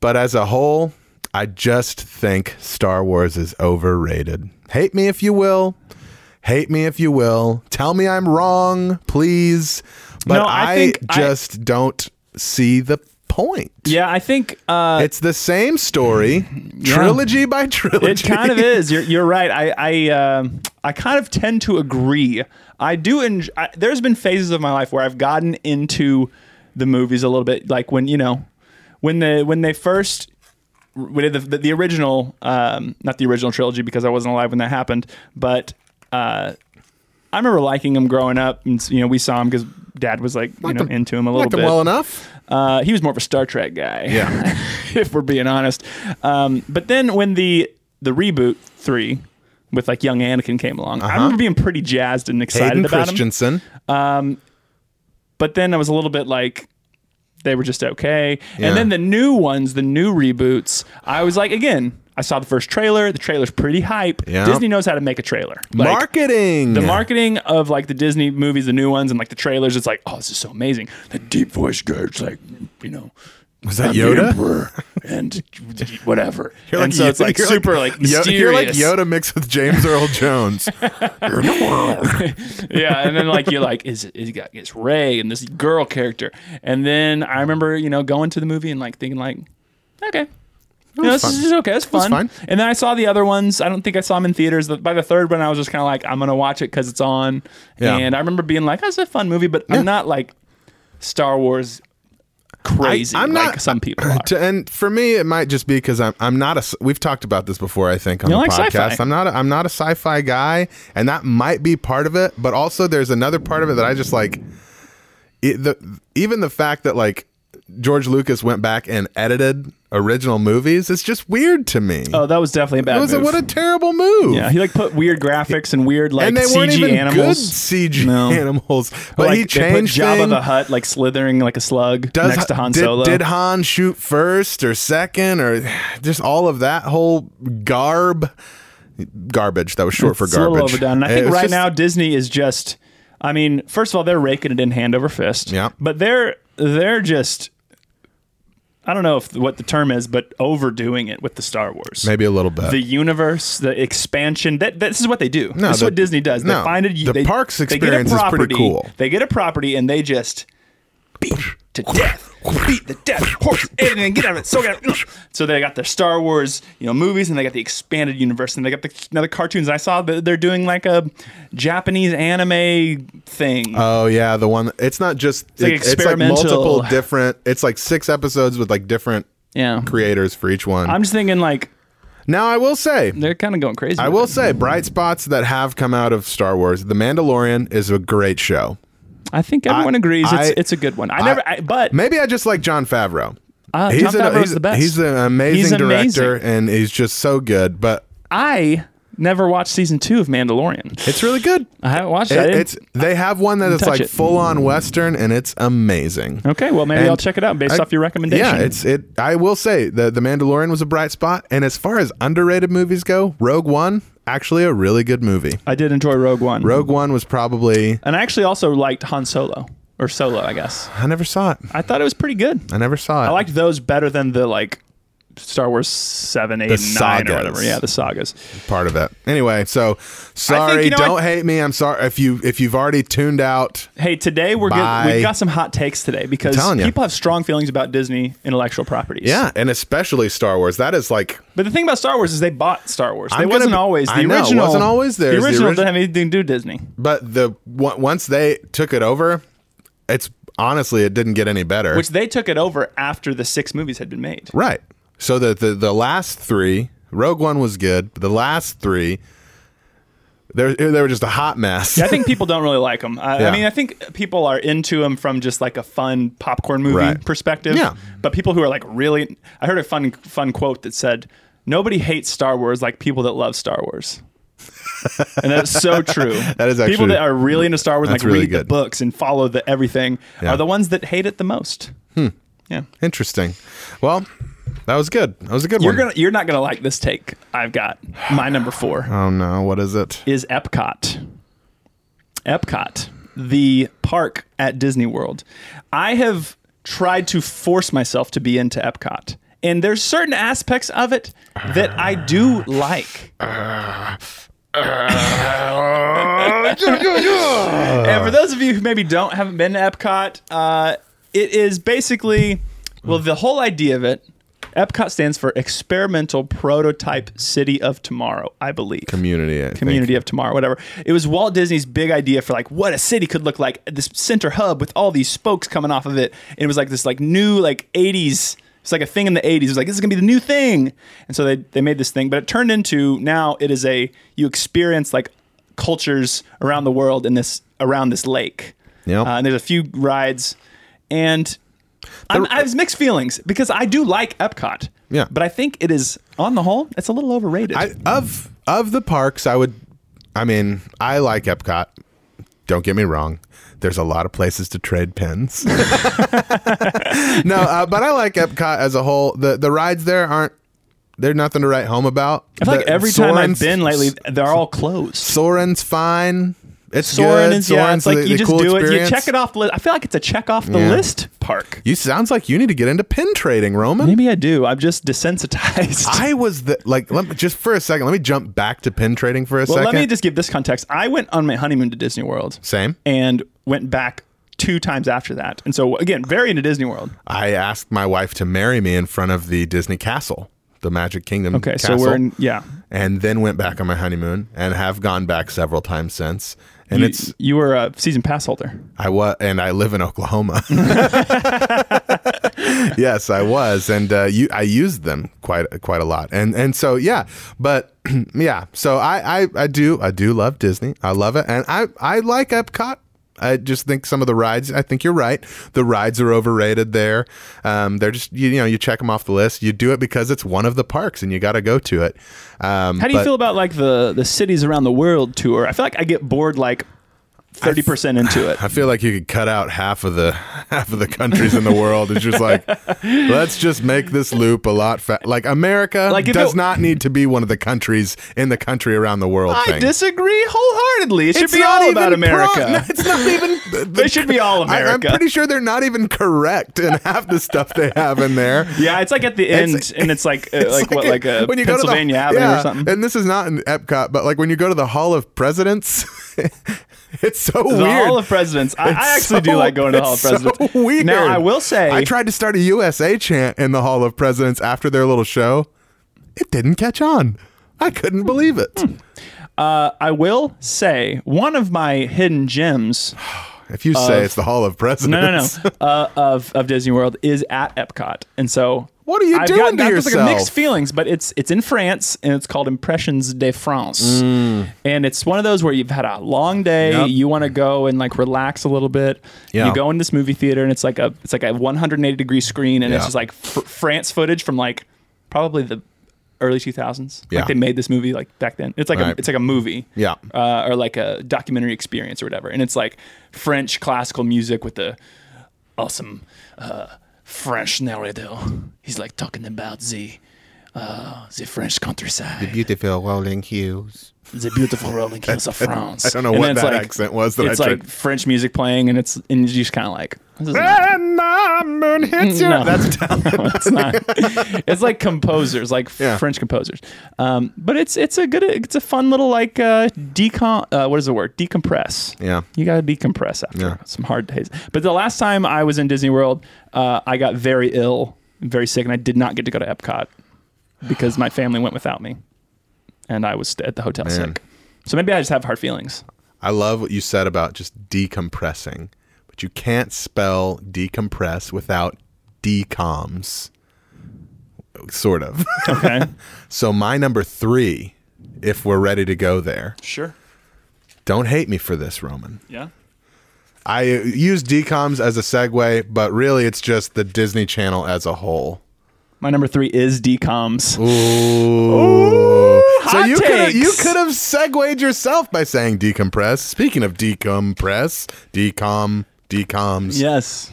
[SPEAKER 1] But as a whole, I just think Star Wars is overrated. Hate me if you will. Hate me if you will. Tell me I'm wrong, please. But
[SPEAKER 2] No, I
[SPEAKER 1] I,
[SPEAKER 2] think I-
[SPEAKER 1] just don't see the point.
[SPEAKER 2] Yeah, I think uh,
[SPEAKER 1] It's the same story, trilogy by trilogy.
[SPEAKER 2] it kind of is. You're, you're right. I I um I kind of tend to agree. I do. En- I, there's been phases of my life where I've gotten into the movies a little bit, like when you know, when the when they first when the, the, the original, um, not the original trilogy because I wasn't alive when that happened, but uh, I remember liking them growing up, and you know we saw them because dad was like you know
[SPEAKER 1] them-
[SPEAKER 2] into him a little
[SPEAKER 1] Liked
[SPEAKER 2] bit.
[SPEAKER 1] them well enough.
[SPEAKER 2] Uh, he was more of a Star Trek guy.
[SPEAKER 1] Yeah.
[SPEAKER 2] if we're being honest. Um, but then when the the reboot three with like young Anakin came along, I remember being pretty jazzed and excited
[SPEAKER 1] Uh-huh. Hayden
[SPEAKER 2] about him.
[SPEAKER 1] Christensen.
[SPEAKER 2] But then I was a little bit like they were just okay.
[SPEAKER 1] Yeah.
[SPEAKER 2] And then the new ones, the new reboots, I was like again. I saw the first trailer. The trailer's pretty hype.
[SPEAKER 1] Yeah.
[SPEAKER 2] Disney knows how to make a trailer. Like,
[SPEAKER 1] Marketing.
[SPEAKER 2] the marketing of like the Disney movies, the new ones, and like the trailers, it's like, oh, this is so amazing. The deep voice guy's like, you know,
[SPEAKER 1] was that
[SPEAKER 2] I'm the
[SPEAKER 1] Yoda?
[SPEAKER 2] Emperor and whatever.
[SPEAKER 1] You're
[SPEAKER 2] and so it's like
[SPEAKER 1] you're
[SPEAKER 2] super like,
[SPEAKER 1] Yo-
[SPEAKER 2] mysterious.
[SPEAKER 1] You're like Yoda mixed with James Earl Jones.
[SPEAKER 2] yeah, and then like you're like, is is got it's Ray and this girl character, and then I remember you know going to the movie and like thinking like, okay. You know,
[SPEAKER 1] was
[SPEAKER 2] this is
[SPEAKER 1] fun.
[SPEAKER 2] this is okay. It's
[SPEAKER 1] was
[SPEAKER 2] fun.
[SPEAKER 1] fine.
[SPEAKER 2] And then I saw the other ones. I don't think I saw them in theaters. The- By the third one, I was just kind of like, I'm gonna watch it because it's on.
[SPEAKER 1] Yeah.
[SPEAKER 2] And I remember being like, that's a fun movie, but I'm not like Star Wars crazy.
[SPEAKER 1] I'm
[SPEAKER 2] like
[SPEAKER 1] not-
[SPEAKER 2] some people are.
[SPEAKER 1] To- and for me, it might just be because I'm I'm not a. s- We've talked about this before, I think, on
[SPEAKER 2] You
[SPEAKER 1] the
[SPEAKER 2] like
[SPEAKER 1] podcast.
[SPEAKER 2] sci-fi.
[SPEAKER 1] I'm not a, I'm not a sci-fi guy, and that might be part of it. But also, there's another part of it that I just like. It, the even the fact that like George Lucas went back and edited original movies, it's just weird to me.
[SPEAKER 2] Oh, that was definitely a bad
[SPEAKER 1] it was a,
[SPEAKER 2] move.
[SPEAKER 1] what a terrible move.
[SPEAKER 2] yeah, he like put weird graphics and weird like
[SPEAKER 1] and they
[SPEAKER 2] CG
[SPEAKER 1] weren't even
[SPEAKER 2] animals.
[SPEAKER 1] good CG
[SPEAKER 2] No.
[SPEAKER 1] animals. But
[SPEAKER 2] like,
[SPEAKER 1] he
[SPEAKER 2] they put
[SPEAKER 1] changed
[SPEAKER 2] Jabba
[SPEAKER 1] things.
[SPEAKER 2] the Hutt like slithering like a slug
[SPEAKER 1] Does-
[SPEAKER 2] next to Han
[SPEAKER 1] did,
[SPEAKER 2] Solo.
[SPEAKER 1] Did Han shoot first or second or just all of that whole garb? Garbage. That was short for
[SPEAKER 2] it's a little
[SPEAKER 1] garbage.
[SPEAKER 2] overdone. And I
[SPEAKER 1] It
[SPEAKER 2] think
[SPEAKER 1] was
[SPEAKER 2] right
[SPEAKER 1] just-
[SPEAKER 2] now Disney is just. I mean, first of all, they're raking it in hand over fist.
[SPEAKER 1] Yeah.
[SPEAKER 2] But they're they're just. I don't know if what the term is, but overdoing it with the Star Wars.
[SPEAKER 1] maybe a little bit.
[SPEAKER 2] The universe, the expansion. That this is what they do. this is
[SPEAKER 1] the-
[SPEAKER 2] what Disney does.
[SPEAKER 1] no,
[SPEAKER 2] they find it.
[SPEAKER 1] the
[SPEAKER 2] they,
[SPEAKER 1] parks
[SPEAKER 2] they get a
[SPEAKER 1] experience is pretty
[SPEAKER 2] property-
[SPEAKER 1] cool.
[SPEAKER 2] They get a property and they just beat to death, beat the death horse, and then get out of it. So get out. So they got their Star Wars, you know, movies, and they got the expanded universe, and they got the now the cartoons. I saw that they're doing like a Japanese anime thing.
[SPEAKER 1] oh yeah, the one. It's not just. It's
[SPEAKER 2] like
[SPEAKER 1] it's like multiple
[SPEAKER 2] experimental.
[SPEAKER 1] different. It's like six episodes with like different
[SPEAKER 2] yeah,
[SPEAKER 1] creators for each one.
[SPEAKER 2] I'm just thinking like
[SPEAKER 1] now I will say.
[SPEAKER 2] they're kind of going crazy.
[SPEAKER 1] I will say, bright spots that have come out of Star Wars. The Mandalorian is a great show.
[SPEAKER 2] I think everyone
[SPEAKER 1] I-
[SPEAKER 2] agrees it's
[SPEAKER 1] I-
[SPEAKER 2] it's a good one. I, never, I, but
[SPEAKER 1] Maybe I just like John Favreau.
[SPEAKER 2] Uh, Jon Favreau's
[SPEAKER 1] he's,
[SPEAKER 2] the best.
[SPEAKER 1] he's an amazing
[SPEAKER 2] He's amazing.
[SPEAKER 1] director, and he's just so good. But
[SPEAKER 2] I never watched season two of Mandalorian.
[SPEAKER 1] it's really good.
[SPEAKER 2] I haven't watched it. I
[SPEAKER 1] It,
[SPEAKER 2] didn't-
[SPEAKER 1] it's they have one that is
[SPEAKER 2] touch
[SPEAKER 1] like
[SPEAKER 2] it.
[SPEAKER 1] full on western, and it's amazing.
[SPEAKER 2] okay, well maybe
[SPEAKER 1] and
[SPEAKER 2] I'll check it out based
[SPEAKER 1] I-
[SPEAKER 2] off your recommendation.
[SPEAKER 1] Yeah, it's it. I will say the the Mandalorian was a bright spot, and as far as underrated movies go, Rogue One actually a really good movie.
[SPEAKER 2] I did enjoy Rogue One.
[SPEAKER 1] Rogue One was probably
[SPEAKER 2] And I actually also liked Han Solo or Solo, I guess.
[SPEAKER 1] I never saw it.
[SPEAKER 2] I thought it was pretty good.
[SPEAKER 1] I never saw it.
[SPEAKER 2] I liked those better than the like Star Wars seven, eight,
[SPEAKER 1] The
[SPEAKER 2] and nine or
[SPEAKER 1] sagas.
[SPEAKER 2] whatever. Yeah, the sagas.
[SPEAKER 1] part of it. Anyway, so sorry,
[SPEAKER 2] you know, I-
[SPEAKER 1] don't hate me. I'm sorry if you if you've already tuned out.
[SPEAKER 2] Hey, today we're
[SPEAKER 1] Bye.
[SPEAKER 2] good. we got some hot takes today because
[SPEAKER 1] telling ya.
[SPEAKER 2] people have strong feelings about Disney intellectual properties.
[SPEAKER 1] Yeah, and especially Star Wars. That is like
[SPEAKER 2] But the thing about Star Wars is they bought Star Wars. They
[SPEAKER 1] I'm
[SPEAKER 2] wasn't
[SPEAKER 1] gonna-
[SPEAKER 2] always the
[SPEAKER 1] I know, it
[SPEAKER 2] original.
[SPEAKER 1] wasn't always
[SPEAKER 2] The
[SPEAKER 1] theirs. The
[SPEAKER 2] original,
[SPEAKER 1] orig-
[SPEAKER 2] didn't have anything to do with Disney.
[SPEAKER 1] but the on- once they took it over, it's honestly it didn't get any better.
[SPEAKER 2] Which they took it over after the six movies had been made.
[SPEAKER 1] right. So the, the the last three, Rogue One was good. But the last three, they they were just a hot mess.
[SPEAKER 2] I think people don't really like them. I,
[SPEAKER 1] Yeah.
[SPEAKER 2] I mean, I think people are into them from just like a fun popcorn movie
[SPEAKER 1] Right.
[SPEAKER 2] perspective.
[SPEAKER 1] Yeah.
[SPEAKER 2] But people who are like really, I heard a fun fun quote that said, "Nobody hates Star Wars like people that love Star Wars." and that's so true.
[SPEAKER 1] That is
[SPEAKER 2] people
[SPEAKER 1] actually-
[SPEAKER 2] that are really into Star Wars, and, like
[SPEAKER 1] that's really
[SPEAKER 2] read the
[SPEAKER 1] good.
[SPEAKER 2] books and follow the everything,
[SPEAKER 1] Yeah.
[SPEAKER 2] are the ones that hate it the most. Yeah,
[SPEAKER 1] Interesting. Well, that was good. That was a good
[SPEAKER 2] you're
[SPEAKER 1] one.
[SPEAKER 2] gonna you're not gonna like this take I've got. My number four.
[SPEAKER 1] oh no, what is it?
[SPEAKER 2] is Epcot. Epcot, the park at Disney World. I have tried to force myself to be into Epcot, and there's certain aspects of it that I do like. and for those of you who maybe don't haven't been to Epcot, uh, it is basically well the whole idea of it. Epcot stands for Experimental Prototype City of Tomorrow, I believe.
[SPEAKER 1] Community. I think.
[SPEAKER 2] Community of Tomorrow, whatever. It was Walt Disney's big idea for like what a city could look like. This center hub with all these spokes coming off of it. And it was like this like new like 80s. It's like a thing in the 80s. It was like this is gonna be the new thing. And so they they made this thing, but it turned into now it is a you experience like cultures around the world in this around this lake.
[SPEAKER 1] Yep.
[SPEAKER 2] Uh, and there's a few rides, and I'm, I have mixed feelings because I do like Epcot.
[SPEAKER 1] Yeah.
[SPEAKER 2] But I think it is on the whole, it's a little overrated.
[SPEAKER 1] I, of of the parks, I would. I mean, I like Epcot. Don't get me wrong. There's a lot of places to trade pins. no, uh, but I like Epcot as a whole. The the rides there aren't. They're nothing to write home about.
[SPEAKER 2] I feel like
[SPEAKER 1] The-
[SPEAKER 2] every time I've
[SPEAKER 1] Soarin's-
[SPEAKER 2] been lately, they're all closed.
[SPEAKER 1] Soren's fine. It's
[SPEAKER 2] Soren
[SPEAKER 1] good.
[SPEAKER 2] is yeah, it's
[SPEAKER 1] Soarin's
[SPEAKER 2] like
[SPEAKER 1] the-
[SPEAKER 2] you
[SPEAKER 1] the
[SPEAKER 2] just
[SPEAKER 1] cool
[SPEAKER 2] do
[SPEAKER 1] experience.
[SPEAKER 2] it. You check it off. Li- I feel like it's a check off the
[SPEAKER 1] Yeah.
[SPEAKER 2] list park.
[SPEAKER 1] You sounds like you need to get into pin trading, Roman.
[SPEAKER 2] Maybe I do. I'm just desensitized.
[SPEAKER 1] I was the like let me, just for a second. Let me jump back to pin trading for a
[SPEAKER 2] well,
[SPEAKER 1] second.
[SPEAKER 2] let me just give this context. I went on my honeymoon to Disney World.
[SPEAKER 1] Same.
[SPEAKER 2] And went back two times after that. And so again, very into Disney World.
[SPEAKER 1] I asked my wife to marry me in front of the Disney Castle, the Magic Kingdom.
[SPEAKER 2] Okay,
[SPEAKER 1] castle,
[SPEAKER 2] so we're in yeah.
[SPEAKER 1] and then went back on my honeymoon and have gone back several times since. And
[SPEAKER 2] You,
[SPEAKER 1] it's
[SPEAKER 2] you were a season pass holder.
[SPEAKER 1] I was and I live in Oklahoma. yes, I was, and uh, you I used them quite quite a lot, and and so yeah, but yeah, so I, I I do I do love Disney, I love it, and I I like Epcot. I just think some of the rides. I think you're right. The rides are overrated there. Um, they're just you, you know you check them off the list. You do it because it's one of the parks and you got to go to it. Um,
[SPEAKER 2] How do you
[SPEAKER 1] but-
[SPEAKER 2] feel about like the the cities around the world tour? I feel like I get bored like thirty percent into it.
[SPEAKER 1] I feel like you could cut out half of the half of the countries in the world. It's just like let's just make this loop a lot fa- like America
[SPEAKER 2] Like, if
[SPEAKER 1] does
[SPEAKER 2] it-
[SPEAKER 1] not need to be one of the countries in the country around the world
[SPEAKER 2] I
[SPEAKER 1] thing.
[SPEAKER 2] disagree wholeheartedly. It should
[SPEAKER 1] It's
[SPEAKER 2] be
[SPEAKER 1] not
[SPEAKER 2] all
[SPEAKER 1] even
[SPEAKER 2] about
[SPEAKER 1] pro-
[SPEAKER 2] America.
[SPEAKER 1] no, it's not even.
[SPEAKER 2] They should be all
[SPEAKER 1] I, am
[SPEAKER 2] America.
[SPEAKER 1] pretty sure they're not even correct in half the stuff they have in there.
[SPEAKER 2] yeah, it's like at the end, and it's like uh,
[SPEAKER 1] It's
[SPEAKER 2] like, what,
[SPEAKER 1] it-
[SPEAKER 2] like
[SPEAKER 1] go
[SPEAKER 2] a
[SPEAKER 1] to the-
[SPEAKER 2] Pennsylvania Avenue
[SPEAKER 1] yeah,
[SPEAKER 2] or something.
[SPEAKER 1] And this is not in Epcot, but like when you go to the Hall of Presidents, it's so
[SPEAKER 2] The
[SPEAKER 1] weird.
[SPEAKER 2] Hall of Presidents. I, I
[SPEAKER 1] It's
[SPEAKER 2] actually do
[SPEAKER 1] so-
[SPEAKER 2] like going to the Hall of
[SPEAKER 1] it's
[SPEAKER 2] Presidents.
[SPEAKER 1] So weird.
[SPEAKER 2] Now I will say,
[SPEAKER 1] I tried to start a USA chant in the Hall of Presidents after their little show. It didn't catch on. I couldn't believe it.
[SPEAKER 2] Hmm. uh, I will say, one of my hidden gems.
[SPEAKER 1] If you say it's the Hall of Presidents,
[SPEAKER 2] Uh, No, no, no. uh, of of Disney World is at Epcot, and so
[SPEAKER 1] What are you
[SPEAKER 2] I've
[SPEAKER 1] doing
[SPEAKER 2] gotten-
[SPEAKER 1] to
[SPEAKER 2] I've got, like,
[SPEAKER 1] yourself?
[SPEAKER 2] mixed feelings, but it's it's in France and it's called Impressions de France, and it's one of those where you've had a long day,
[SPEAKER 1] Mm. Yep.
[SPEAKER 2] you want to go and like relax a little bit.
[SPEAKER 1] Yeah.
[SPEAKER 2] You go in this movie theater and it's like a it's like a 180 degree screen, and
[SPEAKER 1] Yeah.
[SPEAKER 2] it's just like fr- France footage from like probably the early 2000s.
[SPEAKER 1] Yeah.
[SPEAKER 2] Like they made this movie like back then. It's like a,
[SPEAKER 1] Right.
[SPEAKER 2] it's like a movie
[SPEAKER 1] Yeah.
[SPEAKER 2] uh, or like a documentary experience or whatever. And it's like French classical music with the awesome uh, French narrator. He's like talking about the uh, the French countryside,
[SPEAKER 3] Beautiful rolling hues.
[SPEAKER 2] the beautiful rolling hills of France.
[SPEAKER 1] I don't know
[SPEAKER 2] And
[SPEAKER 1] what
[SPEAKER 2] then
[SPEAKER 1] that
[SPEAKER 2] it's like-
[SPEAKER 1] accent was that I
[SPEAKER 2] It's like
[SPEAKER 1] tried.
[SPEAKER 2] French music playing, and it's and you're just kind of like. This is not-
[SPEAKER 1] And the moon hits you.
[SPEAKER 2] No.
[SPEAKER 1] That's
[SPEAKER 2] no, it's not. it's like composers, like
[SPEAKER 1] Yeah.
[SPEAKER 2] French composers. Um, but it's it's a good, it's a fun little like uh, decom. Uh, what is the word? Decompress.
[SPEAKER 1] Yeah.
[SPEAKER 2] you got to decompress after
[SPEAKER 1] Yeah.
[SPEAKER 2] some hard days. But the last time I was in Disney World, uh, I got very ill, very sick, and I did not get to go to Epcot because my family went without me, and I was at the hotel sick. So maybe I just have hard feelings.
[SPEAKER 1] I love what you said about just decompressing, but you can't spell decompress without decoms. Sort of.
[SPEAKER 2] Okay,
[SPEAKER 1] so my number three, if we're ready to go there,
[SPEAKER 2] sure,
[SPEAKER 1] don't hate me for this, Roman.
[SPEAKER 2] yeah.
[SPEAKER 1] I uh, use DComs as a segue, but really it's just the Disney Channel as a whole.
[SPEAKER 2] My number three is decoms.
[SPEAKER 1] Ooh. so
[SPEAKER 2] hot
[SPEAKER 1] you could
[SPEAKER 2] takes.
[SPEAKER 1] you could have segued yourself by saying decompress. Speaking of decompress, decom, decoms,
[SPEAKER 2] Yes,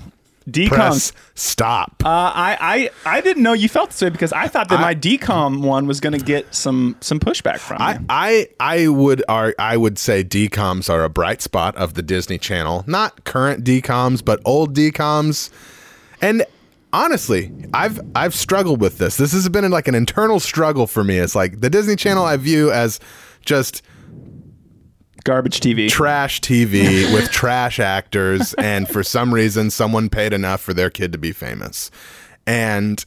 [SPEAKER 2] decoms.
[SPEAKER 1] press, stop.
[SPEAKER 2] Uh, I, I I didn't know you felt this way because I thought that my decom one was going to get some some pushback from
[SPEAKER 1] I,
[SPEAKER 2] you.
[SPEAKER 1] I I would are I would say DComs are a bright spot of the Disney Channel. Not current DComs, but old DComs. And honestly, I've I've struggled with this. This has been like an internal struggle for me. It's like the Disney Channel I view as just
[SPEAKER 2] Garbage TV.
[SPEAKER 1] trash TV with trash actors, and for some reason, someone paid enough for their kid to be famous, and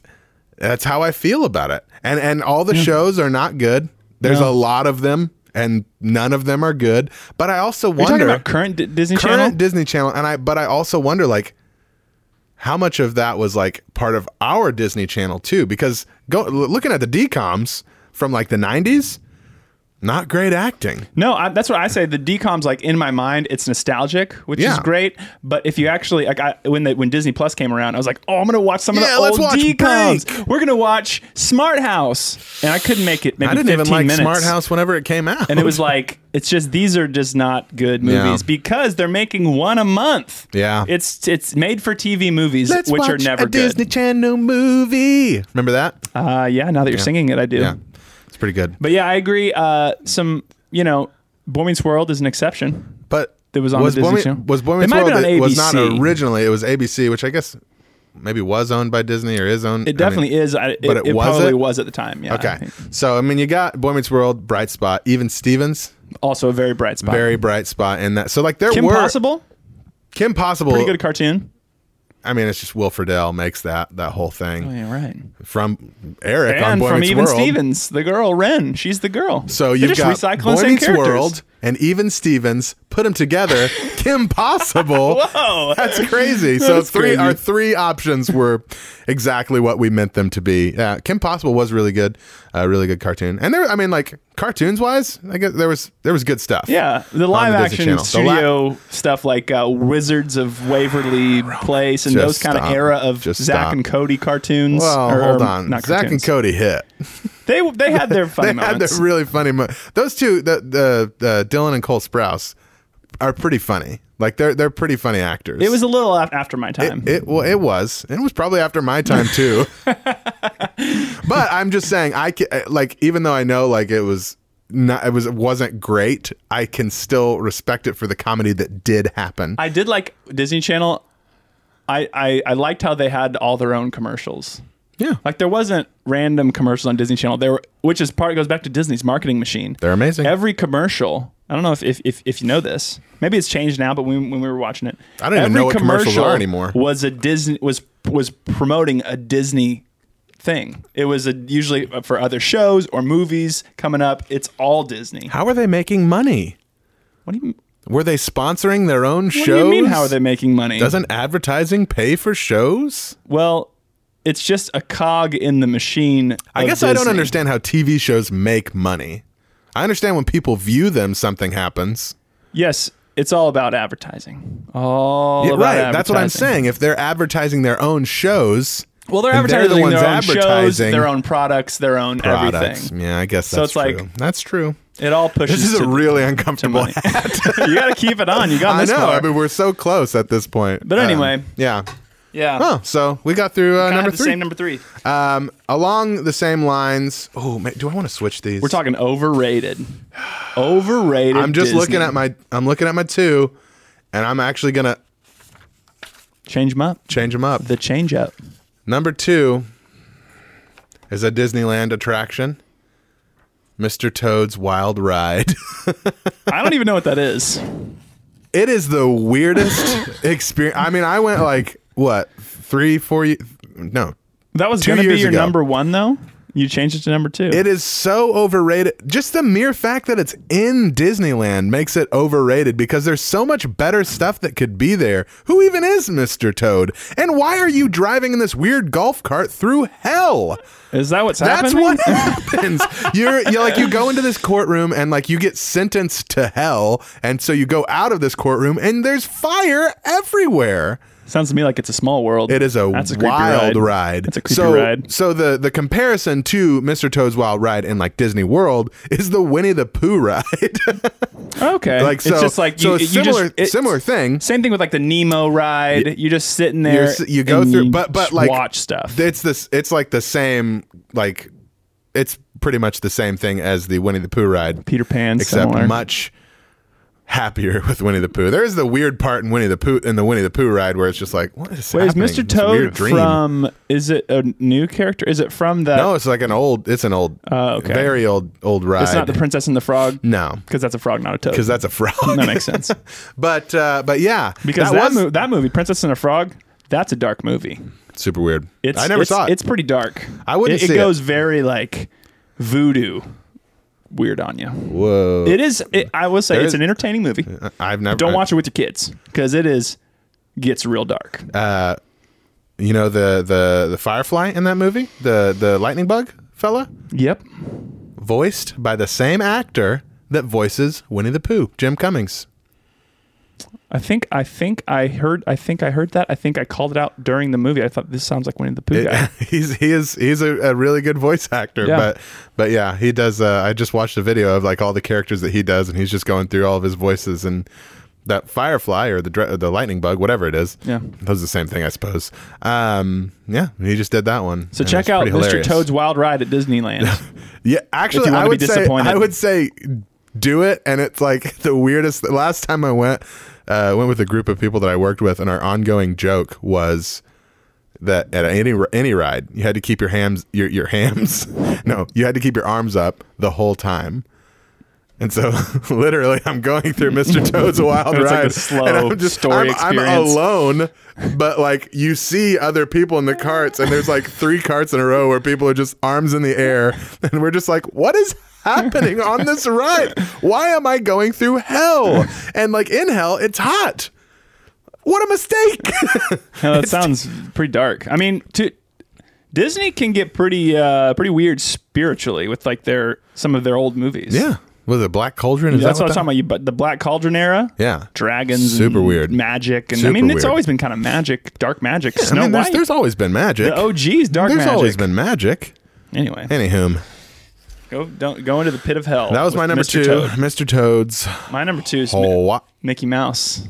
[SPEAKER 1] that's how I feel about it. And and all the shows are not good. There's a
[SPEAKER 2] No.
[SPEAKER 1] lot of them, and none of them are good. But I also
[SPEAKER 2] We're talking
[SPEAKER 1] wonder
[SPEAKER 2] about current D- Disney
[SPEAKER 1] current
[SPEAKER 2] Channel.
[SPEAKER 1] Disney Channel, and I but I also wonder like how much of that was like part of our Disney Channel too, because go, l- looking at the DComs from like the '90s, not great acting.
[SPEAKER 2] No, I, that's what I say. The decom's like in my mind, it's nostalgic, which is
[SPEAKER 1] Yeah.
[SPEAKER 2] great. But if you actually like, I, when the, when Disney Plus came around, I was like, oh, I'm gonna watch some
[SPEAKER 1] Yeah,
[SPEAKER 2] of the
[SPEAKER 1] let's
[SPEAKER 2] old
[SPEAKER 1] watch
[SPEAKER 2] decoms. We're gonna watch Smart House, and I couldn't make it. Maybe
[SPEAKER 1] I didn't even
[SPEAKER 2] 15
[SPEAKER 1] like
[SPEAKER 2] minutes.
[SPEAKER 1] Smart House whenever it came out,
[SPEAKER 2] and it was like it's just these are just not good movies
[SPEAKER 1] Yeah.
[SPEAKER 2] because they're making one a month.
[SPEAKER 1] Yeah.
[SPEAKER 2] it's it's made for TV movies,
[SPEAKER 1] Let's
[SPEAKER 2] which are
[SPEAKER 1] watch
[SPEAKER 2] never
[SPEAKER 1] a
[SPEAKER 2] good.
[SPEAKER 1] Disney Channel movie. Remember that?
[SPEAKER 2] Uh, yeah, now that you're singing it, I do.
[SPEAKER 1] Yeah, it's pretty good.
[SPEAKER 2] But yeah, I agree. Uh, some you know, Boy Meets World is an exception.
[SPEAKER 1] But
[SPEAKER 2] That was on the
[SPEAKER 1] Boy
[SPEAKER 2] Disney
[SPEAKER 1] Me-
[SPEAKER 2] Channel.
[SPEAKER 1] Was Boy
[SPEAKER 2] It
[SPEAKER 1] Meets
[SPEAKER 2] might have
[SPEAKER 1] World?
[SPEAKER 2] been on
[SPEAKER 1] it was not
[SPEAKER 2] ABC.
[SPEAKER 1] originally. It was ABC, which I guess maybe was owned by Disney or is owned.
[SPEAKER 2] It definitely is. I, it,
[SPEAKER 1] but it
[SPEAKER 2] it
[SPEAKER 1] was
[SPEAKER 2] probably
[SPEAKER 1] it?
[SPEAKER 2] was at the time. Yeah. I
[SPEAKER 1] Okay,
[SPEAKER 2] think.
[SPEAKER 1] so I mean, you got Boy Meets World, Bright Spot, even Stevens,
[SPEAKER 2] Also a very bright spot.
[SPEAKER 1] very bright spot in that. So like there
[SPEAKER 2] Kim
[SPEAKER 1] were
[SPEAKER 2] Possible,
[SPEAKER 1] Kim Possible.
[SPEAKER 2] pretty good cartoon.
[SPEAKER 1] I mean, it's just Will Friedle makes that that whole thing
[SPEAKER 2] Oh, yeah, right.
[SPEAKER 1] from Eric on
[SPEAKER 2] And
[SPEAKER 1] Boy
[SPEAKER 2] from
[SPEAKER 1] Meets
[SPEAKER 2] Even
[SPEAKER 1] World.
[SPEAKER 2] Stevens, the girl Ren, she's the girl.
[SPEAKER 1] So
[SPEAKER 2] They're
[SPEAKER 1] you've got
[SPEAKER 2] just recycling
[SPEAKER 1] Boy
[SPEAKER 2] same
[SPEAKER 1] Meets
[SPEAKER 2] characters.
[SPEAKER 1] World and Even Stevens. Put them together, Kim Possible.
[SPEAKER 2] Oh,
[SPEAKER 1] That's crazy. so
[SPEAKER 2] is
[SPEAKER 1] three
[SPEAKER 2] crazy.
[SPEAKER 1] our three options were exactly what we meant them to be. Uh, Kim Possible was really good, a really good cartoon. And there, I mean, like cartoons wise, I guess there was there was good stuff.
[SPEAKER 2] Yeah, the
[SPEAKER 1] on
[SPEAKER 2] live
[SPEAKER 1] Disney Channel. The
[SPEAKER 2] action
[SPEAKER 1] li-
[SPEAKER 2] studio stuff like uh, Wizards of Waverly Place and
[SPEAKER 1] Just
[SPEAKER 2] those kind of
[SPEAKER 1] stop.
[SPEAKER 2] era of
[SPEAKER 1] Just
[SPEAKER 2] Zach
[SPEAKER 1] stop.
[SPEAKER 2] and Cody cartoons.
[SPEAKER 1] well,
[SPEAKER 2] or- or
[SPEAKER 1] Oh, hold on.
[SPEAKER 2] not
[SPEAKER 1] Zach and
[SPEAKER 2] cartoons.
[SPEAKER 1] Cody hit.
[SPEAKER 2] They they had their funny
[SPEAKER 1] They had
[SPEAKER 2] moments.
[SPEAKER 1] the really funny. Mo- Those two, the, the the Dylan and Cole Sprouse, are pretty funny. Like they're they're pretty funny actors.
[SPEAKER 2] it was a little af- after my time.
[SPEAKER 1] It well, it was. It was probably after my time too. but I'm just saying, I can, like even though I know like it was not, it was it wasn't great. I can still respect it for the comedy that did happen.
[SPEAKER 2] I did like Disney Channel. I, I I liked how they had all their own commercials.
[SPEAKER 1] yeah,
[SPEAKER 2] Like there wasn't random commercials on Disney Channel. There were, which is part goes back to Disney's marketing machine.
[SPEAKER 1] they're amazing.
[SPEAKER 2] every commercial. I don't know if, if, if, if you know this. Maybe it's changed now, but when, when we were watching it,
[SPEAKER 1] I don't even
[SPEAKER 2] every
[SPEAKER 1] know what commercials
[SPEAKER 2] commercial
[SPEAKER 1] are anymore.
[SPEAKER 2] Was a Disney was was promoting a Disney thing. It was a, usually for other shows or movies coming up. It's all Disney.
[SPEAKER 1] how are they making money?
[SPEAKER 2] What do you,
[SPEAKER 1] Were they sponsoring their own
[SPEAKER 2] what
[SPEAKER 1] shows?
[SPEAKER 2] do you mean? How are they making money?
[SPEAKER 1] Doesn't advertising pay for shows?
[SPEAKER 2] well, it's just a cog in the machine.
[SPEAKER 1] I guess I don't understand how TV shows make money. I understand when people view them, something happens.
[SPEAKER 2] Yes, it's all about advertising. All
[SPEAKER 1] Yeah,
[SPEAKER 2] about
[SPEAKER 1] right. That's what I'm
[SPEAKER 2] advertising.
[SPEAKER 1] saying. If they're advertising their own shows,
[SPEAKER 2] Well, they're
[SPEAKER 1] and they're
[SPEAKER 2] advertising
[SPEAKER 1] the ones
[SPEAKER 2] their own shows,
[SPEAKER 1] advertising
[SPEAKER 2] their own products, their own
[SPEAKER 1] products.
[SPEAKER 2] everything.
[SPEAKER 1] Yeah, I guess that's
[SPEAKER 2] it's like-
[SPEAKER 1] true. that's true.
[SPEAKER 2] It all pushes.
[SPEAKER 1] This is
[SPEAKER 2] to
[SPEAKER 1] a really uncomfortable.
[SPEAKER 2] money. you got to keep it on. You got
[SPEAKER 1] I
[SPEAKER 2] this
[SPEAKER 1] know.
[SPEAKER 2] far.
[SPEAKER 1] I mean, we're so close at this point.
[SPEAKER 2] But
[SPEAKER 1] Um,
[SPEAKER 2] anyway.
[SPEAKER 1] yeah.
[SPEAKER 2] yeah.
[SPEAKER 1] Oh, so we got through uh,
[SPEAKER 2] Kinda
[SPEAKER 1] number
[SPEAKER 2] the
[SPEAKER 1] three.
[SPEAKER 2] same number three.
[SPEAKER 1] um, along the same lines. Oh, ma- do I want to switch these?
[SPEAKER 2] We're talking overrated. Overrated.
[SPEAKER 1] I'm just
[SPEAKER 2] Disney.
[SPEAKER 1] looking at my. I'm looking at my two, and I'm actually gonna
[SPEAKER 2] change 'em up.
[SPEAKER 1] change them up.
[SPEAKER 2] The change up.
[SPEAKER 1] Number two is a Disneyland attraction, Mr. Toad's Wild Ride.
[SPEAKER 2] I don't even know what that is.
[SPEAKER 1] It is the weirdest experience. I mean, I went like what three, four years? No,
[SPEAKER 2] That was
[SPEAKER 1] Two
[SPEAKER 2] going to be
[SPEAKER 1] years
[SPEAKER 2] your
[SPEAKER 1] ago.
[SPEAKER 2] number one though. You changed it to number two.
[SPEAKER 1] it is so overrated. Just the mere fact that it's in Disneyland makes it overrated because there's so much better stuff that could be there. Who even is Mr. Toad? And why are you driving in this weird golf cart through hell?
[SPEAKER 2] is that what's
[SPEAKER 1] That's
[SPEAKER 2] happening?
[SPEAKER 1] what happens. You're, you're like you go into this courtroom and like you get sentenced to hell, and so you go out of this courtroom and there's fire everywhere.
[SPEAKER 2] Sounds to me like it's a small world.
[SPEAKER 1] It is a,
[SPEAKER 2] That's a creepy
[SPEAKER 1] wild ride.
[SPEAKER 2] That's a creepy
[SPEAKER 1] so,
[SPEAKER 2] ride.
[SPEAKER 1] So the the comparison to Mr. Toad's Wild Ride in like Disney World is the Winnie the Pooh ride.
[SPEAKER 2] Oh, Okay.
[SPEAKER 1] like so,
[SPEAKER 2] it's just like
[SPEAKER 1] so
[SPEAKER 2] you,
[SPEAKER 1] a
[SPEAKER 2] you
[SPEAKER 1] similar
[SPEAKER 2] just, it's-
[SPEAKER 1] similar thing.
[SPEAKER 2] Same thing with like the Nemo ride. You're just sitting
[SPEAKER 1] You're
[SPEAKER 2] there.
[SPEAKER 1] s- you go
[SPEAKER 2] and
[SPEAKER 1] through,
[SPEAKER 2] you
[SPEAKER 1] but but
[SPEAKER 2] just
[SPEAKER 1] like
[SPEAKER 2] watch stuff.
[SPEAKER 1] It's this. It's like the same. Like it's pretty much the same thing as the Winnie the Pooh ride,
[SPEAKER 2] Peter Pan,
[SPEAKER 1] except
[SPEAKER 2] similar.
[SPEAKER 1] much happier with Winnie the Pooh. There is the weird part in Winnie the Pooh in the Winnie the Pooh ride where it's just like, what is
[SPEAKER 2] Wait, is
[SPEAKER 1] happening?
[SPEAKER 2] Mr.
[SPEAKER 1] This weird
[SPEAKER 2] Toad
[SPEAKER 1] dream.
[SPEAKER 2] from? Is it a new character? Is it from the?
[SPEAKER 1] No, it's like an old. It's an old,
[SPEAKER 2] Oh, okay.
[SPEAKER 1] very old, old ride.
[SPEAKER 2] it's not the Princess and the Frog.
[SPEAKER 1] no,
[SPEAKER 2] because that's a frog, not a toad.
[SPEAKER 1] because that's a frog.
[SPEAKER 2] that makes sense.
[SPEAKER 1] but uh, but yeah,
[SPEAKER 2] Because that,
[SPEAKER 1] was
[SPEAKER 2] mo- that movie, Princess and a Frog, that's a dark movie.
[SPEAKER 1] super weird.
[SPEAKER 2] It's
[SPEAKER 1] I never
[SPEAKER 2] it's,
[SPEAKER 1] saw it.
[SPEAKER 2] It's pretty dark.
[SPEAKER 1] I wouldn't
[SPEAKER 2] It,
[SPEAKER 1] see
[SPEAKER 2] it
[SPEAKER 1] it.
[SPEAKER 2] goes very like voodoo, weird on you.
[SPEAKER 1] Whoa,
[SPEAKER 2] It is. It, I will say
[SPEAKER 1] There
[SPEAKER 2] it's
[SPEAKER 1] is-
[SPEAKER 2] an entertaining movie.
[SPEAKER 1] I've never.
[SPEAKER 2] Don't watch it with your kids because it is gets real dark.
[SPEAKER 1] Uh, you know the the the Firefly in that movie, the the lightning bug fella,
[SPEAKER 2] yep.
[SPEAKER 1] voiced by the same actor that voices Winnie the Pooh, Jim Cummings.
[SPEAKER 2] I think I think I heard I think I heard that. I think I called it out during the movie. I thought this sounds like Winnie the Pooh
[SPEAKER 1] It-
[SPEAKER 2] guy.
[SPEAKER 1] he's he is he's a, a really good voice actor,
[SPEAKER 2] Yeah.
[SPEAKER 1] but but yeah, he does. Uh, I just watched a video of like all the characters that he does, and he's just going through all of his voices and that Firefly or the dra- the lightning bug, whatever it is.
[SPEAKER 2] Yeah.
[SPEAKER 1] those are the same thing, I suppose. Um, yeah, he just did that one.
[SPEAKER 2] So check out Mr. Toad's Wild Ride at Disneyland.
[SPEAKER 1] Yeah, actually,
[SPEAKER 2] you wanna
[SPEAKER 1] I
[SPEAKER 2] be
[SPEAKER 1] would say
[SPEAKER 2] disappointed.
[SPEAKER 1] I would say do it, and it's like the weirdest. The last time I went, uh, went with a group of people that I worked with, and our ongoing joke was that at any any ride, you had to keep your hams your your hams. No, you had to keep your arms up the whole time. And so, literally, I'm going through Mr. Toad's Wild
[SPEAKER 2] It's like a
[SPEAKER 1] Ride,
[SPEAKER 2] slow
[SPEAKER 1] and
[SPEAKER 2] story
[SPEAKER 1] I'm, I'm
[SPEAKER 2] experience.
[SPEAKER 1] alone, but like you see other people in the carts, and there's like three carts in a row where people are just arms in the air, and we're just like, what is happening on this ride? Why am I going through hell? And like in hell, it's hot. What a mistake!
[SPEAKER 2] No, that sounds pretty dark. I mean, to, Disney can get pretty uh, pretty weird spiritually with like their some of their old movies.
[SPEAKER 1] yeah, was it Black Cauldron? Is
[SPEAKER 2] that's
[SPEAKER 1] that
[SPEAKER 2] what I'm talking about. You, but the Black Cauldron era.
[SPEAKER 1] Yeah.
[SPEAKER 2] dragons,
[SPEAKER 1] Super
[SPEAKER 2] and
[SPEAKER 1] weird.
[SPEAKER 2] magic, and I
[SPEAKER 1] Super
[SPEAKER 2] mean, it's
[SPEAKER 1] weird.
[SPEAKER 2] always been kind of magic, dark magic.
[SPEAKER 1] I
[SPEAKER 2] Snow
[SPEAKER 1] mean, there's,
[SPEAKER 2] White,
[SPEAKER 1] there's always been magic.
[SPEAKER 2] the OG's dark
[SPEAKER 1] there's
[SPEAKER 2] magic.
[SPEAKER 1] always been magic.
[SPEAKER 2] anyway,
[SPEAKER 1] Anywho,
[SPEAKER 2] go don't go into the pit of hell.
[SPEAKER 1] that was
[SPEAKER 2] with
[SPEAKER 1] my number
[SPEAKER 2] Mr.
[SPEAKER 1] two,
[SPEAKER 2] Toad.
[SPEAKER 1] Mr. Toad's.
[SPEAKER 2] My number two is
[SPEAKER 1] Oh, wa-
[SPEAKER 2] Mickey Mouse.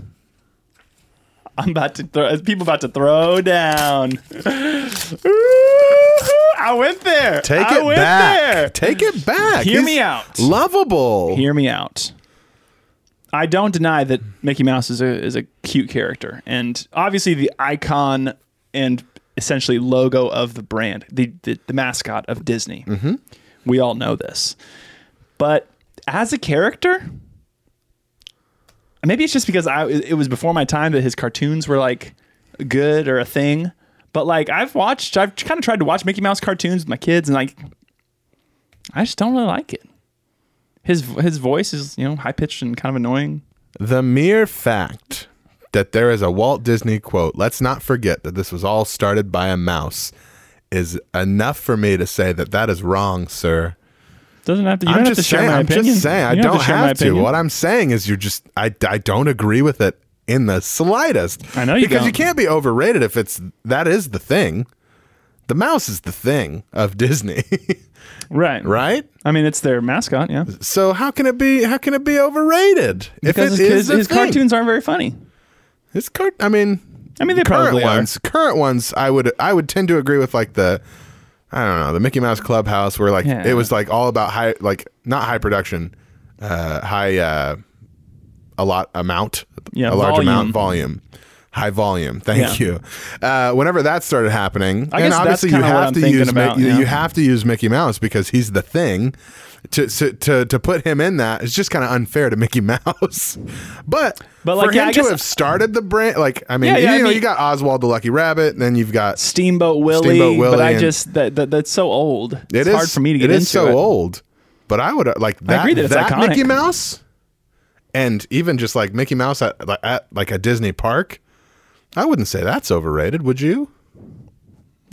[SPEAKER 2] I'm about to throw. uh, People about to throw down. Ooh-hoo, I went there.
[SPEAKER 1] Take
[SPEAKER 2] I
[SPEAKER 1] it
[SPEAKER 2] went
[SPEAKER 1] back.
[SPEAKER 2] there.
[SPEAKER 1] Take it back.
[SPEAKER 2] Hear me out.
[SPEAKER 1] Lovable.
[SPEAKER 2] Hear me out. I don't deny that Mickey Mouse is a is a cute character, and obviously the icon and essentially logo of the brand, the the, the mascot of Disney. Mm-hmm. We all know this, but as a character, maybe it's just because I it was before my time that his cartoons were like good or a thing. But like I've watched, I've kind of tried to watch Mickey Mouse cartoons with my kids, and like I just don't really like it. His his voice is you know high pitched and kind of annoying.
[SPEAKER 1] The mere fact that there is a Walt Disney quote, let's not forget that this was all started by a mouse, is enough for me to say that that is wrong, sir.
[SPEAKER 2] Doesn't have to. You
[SPEAKER 1] I'm
[SPEAKER 2] don't
[SPEAKER 1] just
[SPEAKER 2] have to share
[SPEAKER 1] saying.
[SPEAKER 2] my
[SPEAKER 1] I'm
[SPEAKER 2] opinion.
[SPEAKER 1] just saying. I
[SPEAKER 2] You
[SPEAKER 1] don't
[SPEAKER 2] share my
[SPEAKER 1] have to.
[SPEAKER 2] opinion.
[SPEAKER 1] What I'm saying is, you're just. I, I don't agree with it in the slightest.
[SPEAKER 2] I know you
[SPEAKER 1] because you
[SPEAKER 2] don't.
[SPEAKER 1] can't be overrated if it's that is the thing. The mouse is the thing of Disney,
[SPEAKER 2] right. Right.
[SPEAKER 1] right?
[SPEAKER 2] I mean, it's their mascot. Yeah.
[SPEAKER 1] So how can it be? How can it be overrated? if it is
[SPEAKER 2] Because his, his,
[SPEAKER 1] the
[SPEAKER 2] his
[SPEAKER 1] thing?
[SPEAKER 2] cartoons aren't very funny.
[SPEAKER 1] his cart. I mean,
[SPEAKER 2] I mean, they
[SPEAKER 1] current
[SPEAKER 2] probably
[SPEAKER 1] ones current ones i would i would tend to agree with like the i don't know the mickey mouse clubhouse where like
[SPEAKER 2] Yeah.
[SPEAKER 1] it was like all about high like not high production uh high uh a lot amount
[SPEAKER 2] Yeah,
[SPEAKER 1] a large
[SPEAKER 2] volume.
[SPEAKER 1] amount volume high volume thank
[SPEAKER 2] Yeah.
[SPEAKER 1] you uh whenever that started happening
[SPEAKER 2] I
[SPEAKER 1] and
[SPEAKER 2] guess that's
[SPEAKER 1] obviously you
[SPEAKER 2] kinda what
[SPEAKER 1] have
[SPEAKER 2] I'm
[SPEAKER 1] to
[SPEAKER 2] thinking
[SPEAKER 1] use
[SPEAKER 2] about,
[SPEAKER 1] Mickey,
[SPEAKER 2] yeah.
[SPEAKER 1] you have to use mickey mouse because he's the thing to, to, to, to put him in that is just kind of unfair to Mickey Mouse, but for
[SPEAKER 2] But, like, yeah,
[SPEAKER 1] him
[SPEAKER 2] I
[SPEAKER 1] to
[SPEAKER 2] guess-
[SPEAKER 1] have started the brand, like I mean,
[SPEAKER 2] Yeah,
[SPEAKER 1] you
[SPEAKER 2] yeah, I
[SPEAKER 1] know,
[SPEAKER 2] mean-
[SPEAKER 1] you got Oswald the Lucky Rabbit, and then you've got
[SPEAKER 2] Steamboat Willie.
[SPEAKER 1] Steamboat Willie
[SPEAKER 2] But I
[SPEAKER 1] and-
[SPEAKER 2] just that, that that's so old.
[SPEAKER 1] It
[SPEAKER 2] it's
[SPEAKER 1] is-
[SPEAKER 2] hard for me to get
[SPEAKER 1] It
[SPEAKER 2] into
[SPEAKER 1] is so
[SPEAKER 2] it.
[SPEAKER 1] old, but I would uh, like that.
[SPEAKER 2] agree that it's
[SPEAKER 1] that
[SPEAKER 2] iconic.
[SPEAKER 1] Mickey Mouse, and even just like Mickey Mouse at, like, at like a Disney park, I wouldn't say that's overrated. Would you?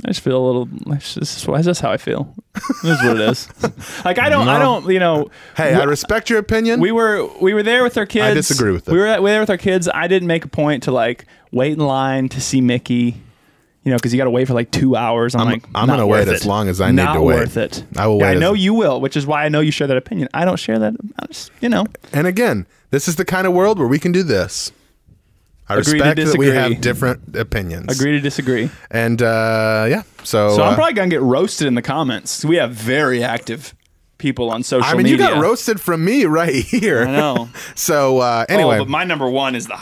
[SPEAKER 2] I just feel a little. This is, why is this how I feel? This is what it is. like I don't. I
[SPEAKER 1] No.
[SPEAKER 2] don't. You know.
[SPEAKER 1] Hey, I respect your opinion.
[SPEAKER 2] we were we were there with our kids.
[SPEAKER 1] disagree with it.
[SPEAKER 2] We were, at- we were there with our kids. I didn't make a point to like wait in line to see Mickey, you know, because you got to wait for like two hours. I'm, like,
[SPEAKER 1] I'm
[SPEAKER 2] not
[SPEAKER 1] gonna
[SPEAKER 2] worth
[SPEAKER 1] wait as
[SPEAKER 2] it.
[SPEAKER 1] long as I need
[SPEAKER 2] Not
[SPEAKER 1] to wait.
[SPEAKER 2] worth it.
[SPEAKER 1] I will
[SPEAKER 2] Yeah,
[SPEAKER 1] wait
[SPEAKER 2] I
[SPEAKER 1] as-
[SPEAKER 2] know you will, which is why I know you share that opinion. I don't share that. I just, you know,
[SPEAKER 1] and again, this is the kind of world where we can do this. I
[SPEAKER 2] Agree to
[SPEAKER 1] respect that we
[SPEAKER 2] disagree.
[SPEAKER 1] have different opinions.
[SPEAKER 2] agree to disagree.
[SPEAKER 1] And uh, yeah, so,
[SPEAKER 2] So
[SPEAKER 1] uh,
[SPEAKER 2] I'm probably gonna get roasted in the comments. We have very active people on social
[SPEAKER 1] I mean, you
[SPEAKER 2] media.
[SPEAKER 1] got roasted from me right here.
[SPEAKER 2] I know.
[SPEAKER 1] so uh, anyway,
[SPEAKER 2] Oh, but my number one is the